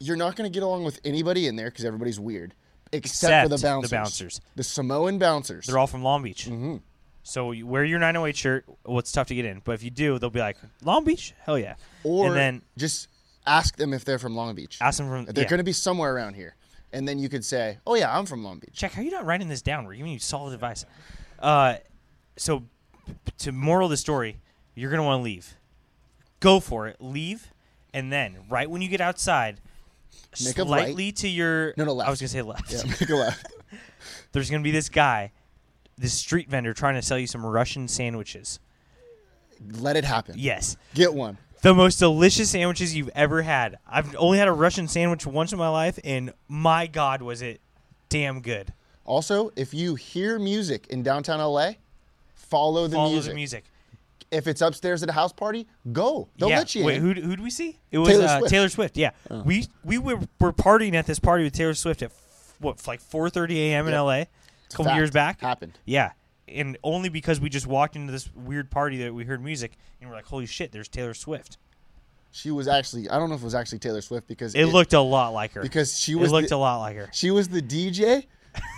Speaker 3: You're not going to get along with anybody in there because everybody's weird, except, for
Speaker 4: Except
Speaker 3: the
Speaker 4: the
Speaker 3: bouncers.
Speaker 4: bouncers.
Speaker 3: The Samoan bouncers.
Speaker 4: They're all from Long Beach. Mm-hmm. So you wear your 908 shirt. Well, it's tough to get in, but if you do, they'll be like, Long Beach? Hell yeah.
Speaker 3: or
Speaker 4: and then
Speaker 3: just ask them if they're from Long Beach.
Speaker 4: ask them from.
Speaker 3: They're
Speaker 4: yeah.
Speaker 3: going to be somewhere around here, and then you could say, "Oh yeah, I'm from Long
Speaker 4: (laughs)
Speaker 3: Beach."
Speaker 4: Jack, how are you not writing this down? We're giving you solid advice. Uh, so, to moral of the story, you're gonna want to leave. Go for it. Leave, and then right when you get outside,
Speaker 3: Make a right.
Speaker 4: slightly to your
Speaker 3: No, no,
Speaker 4: I
Speaker 3: left.
Speaker 4: was gonna say left.
Speaker 3: Yeah, make a left.
Speaker 4: (laughs) There's gonna be this guy, this street vendor trying to sell you some Russian sandwiches.
Speaker 3: Let it happen.
Speaker 4: Yes,
Speaker 3: Get one.
Speaker 4: the most delicious sandwiches you've ever had. I've only had a Russian sandwich once in my life, and my God, was it damn good.
Speaker 3: Also, if you hear music in downtown LA, follow the,
Speaker 4: Follow
Speaker 3: music.
Speaker 4: the music.
Speaker 3: If it's upstairs at a house party, go. They'll
Speaker 4: yeah.
Speaker 3: let you
Speaker 4: Wait,
Speaker 3: in.
Speaker 4: who who'd we see? It was
Speaker 3: Taylor
Speaker 4: uh,
Speaker 3: Swift. Oh.
Speaker 4: Taylor Swift. Yeah, we we were, were partying at this party with Taylor Swift at f- what f- like 4:30 a.m. in
Speaker 3: Yep.
Speaker 4: L.A. A couple
Speaker 3: fact.
Speaker 4: years back
Speaker 3: Happened.
Speaker 4: Yeah, and only because we just walked into this weird party that we heard music and we're like, holy shit, there's Taylor Swift.
Speaker 3: She was actually I don't know if it was actually Taylor Swift because
Speaker 4: It, looked a lot like her
Speaker 3: because she was
Speaker 4: it looked
Speaker 3: the-
Speaker 4: a lot like her.
Speaker 3: she was the DJ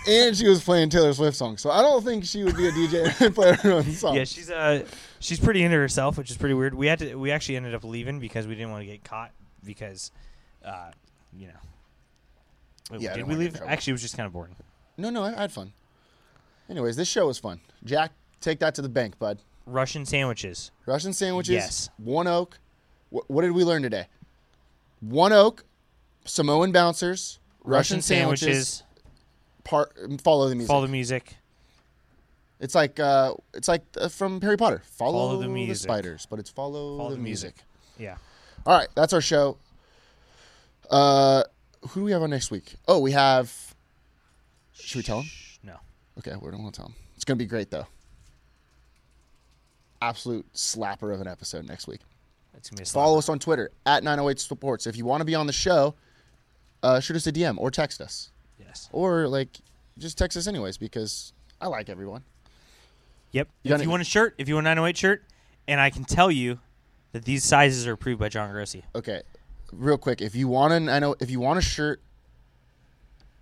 Speaker 3: and she was playing Taylor Swift songs. So I don't think she would be a DJ (laughs) and play her own song.
Speaker 4: Yeah, she's uh she's pretty into herself, which is pretty weird. We had to we actually ended up leaving because we didn't want to get caught because, uh, you know. Wait,
Speaker 3: Yeah, I
Speaker 4: did
Speaker 3: don't wanna get
Speaker 4: we
Speaker 3: in
Speaker 4: leave?
Speaker 3: trouble.
Speaker 4: Actually, it was just kind of boring.
Speaker 3: no, no, I, I had fun. Anyways, this show was fun. Jack, take that to the bank, bud.
Speaker 4: Russian sandwiches.
Speaker 3: Russian sandwiches.
Speaker 4: Yes.
Speaker 3: One oak. Wh- what did we learn today? One oak, Samoan bouncers, Russian, sandwiches. Par- follow the music.
Speaker 4: Follow the music.
Speaker 3: It's like uh, it's like uh, from Harry Potter. Follow,
Speaker 4: Follow the
Speaker 3: the,
Speaker 4: music.
Speaker 3: spiders, but it's follow,
Speaker 4: Follow
Speaker 3: the,
Speaker 4: the
Speaker 3: music.
Speaker 4: music. Yeah.
Speaker 3: All right, that's our show. Uh, who do we have on next week? Oh, we have. Should we tell him?
Speaker 4: No.
Speaker 3: Okay, we don't want to tell him. It's gonna be great though. Absolute slapper of an episode next week.
Speaker 4: It's gonna be a slap.
Speaker 3: Follow us on Twitter at 908 Sports. If you want to be on the show, uh, shoot us a DM or text us.
Speaker 4: Yes.
Speaker 3: Or, like, just text us anyways because I like everyone.
Speaker 4: Yep.
Speaker 3: got
Speaker 4: if you
Speaker 3: any-
Speaker 4: want a shirt, if you want a 908 shirt, and I can tell you that these sizes are approved by John Grossi.
Speaker 3: Okay, real quick. If you want an, I know, if you want a shirt,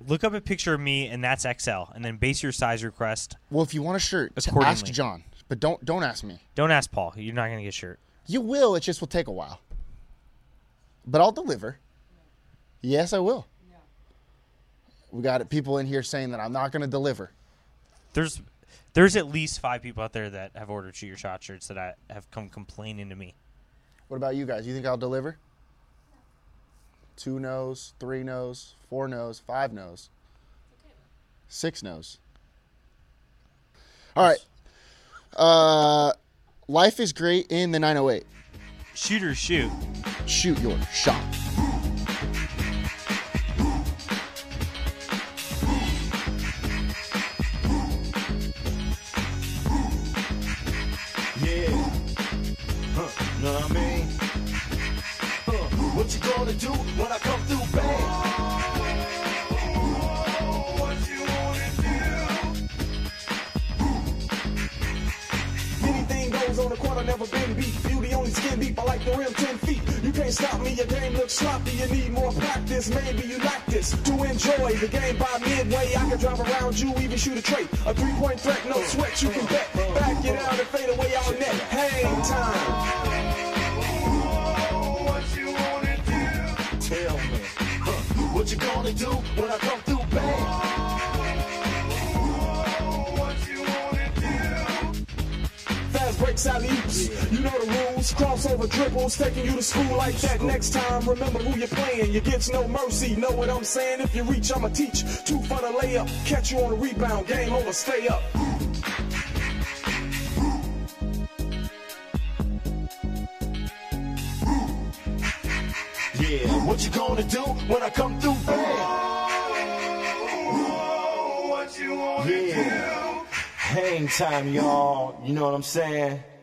Speaker 4: Look up a picture of me, and that's XL, and then base your size request.
Speaker 3: well, if you want a shirt, t- ask
Speaker 4: Accordingly.
Speaker 3: John. But don't don't ask me.
Speaker 4: Don't ask Paul. You're not gonna get a shirt.
Speaker 3: You will. It just will take a while. But I'll deliver. Yes, I will. We got people in here saying that I'm not going to deliver.
Speaker 4: There's there's at least five people out there that have ordered shoot your shot shirts that I have come complaining to me.
Speaker 3: What about you guys? You think I'll deliver? two no's, three no's, four no's, five no's, six no's. All right. Uh, life is great in the 908.
Speaker 4: Shoot or shoot.
Speaker 3: Shoot your shot.
Speaker 8: Yeah. Huh, know what I mean? Huh, what you gonna do when I come through bang? Anything goes on the court, I never been beat. Beauty only skin deep, I like the rim 10 feet. You can't stop me, your game looks sloppy. You need more practice, maybe you like this. To enjoy the game by midway, I can drive around you, even shoot a trait. A three point threat, no sweat, you can bet. Back it out and fade away all net. Hang time. Tell me, huh, what you gonna do when I come through bang? Fast breaks, alley oops. You know the rules. Crossover dribbles, taking you to school like that. Next time, remember who you're playing. You get no mercy. Know what I'm saying? If you reach, I'ma teach. Two for the layup. Catch you on the rebound. Game over. Stay up. Yeah, what you gonna do when I come through? yeah. Hang time, y'all. You know what I'm saying?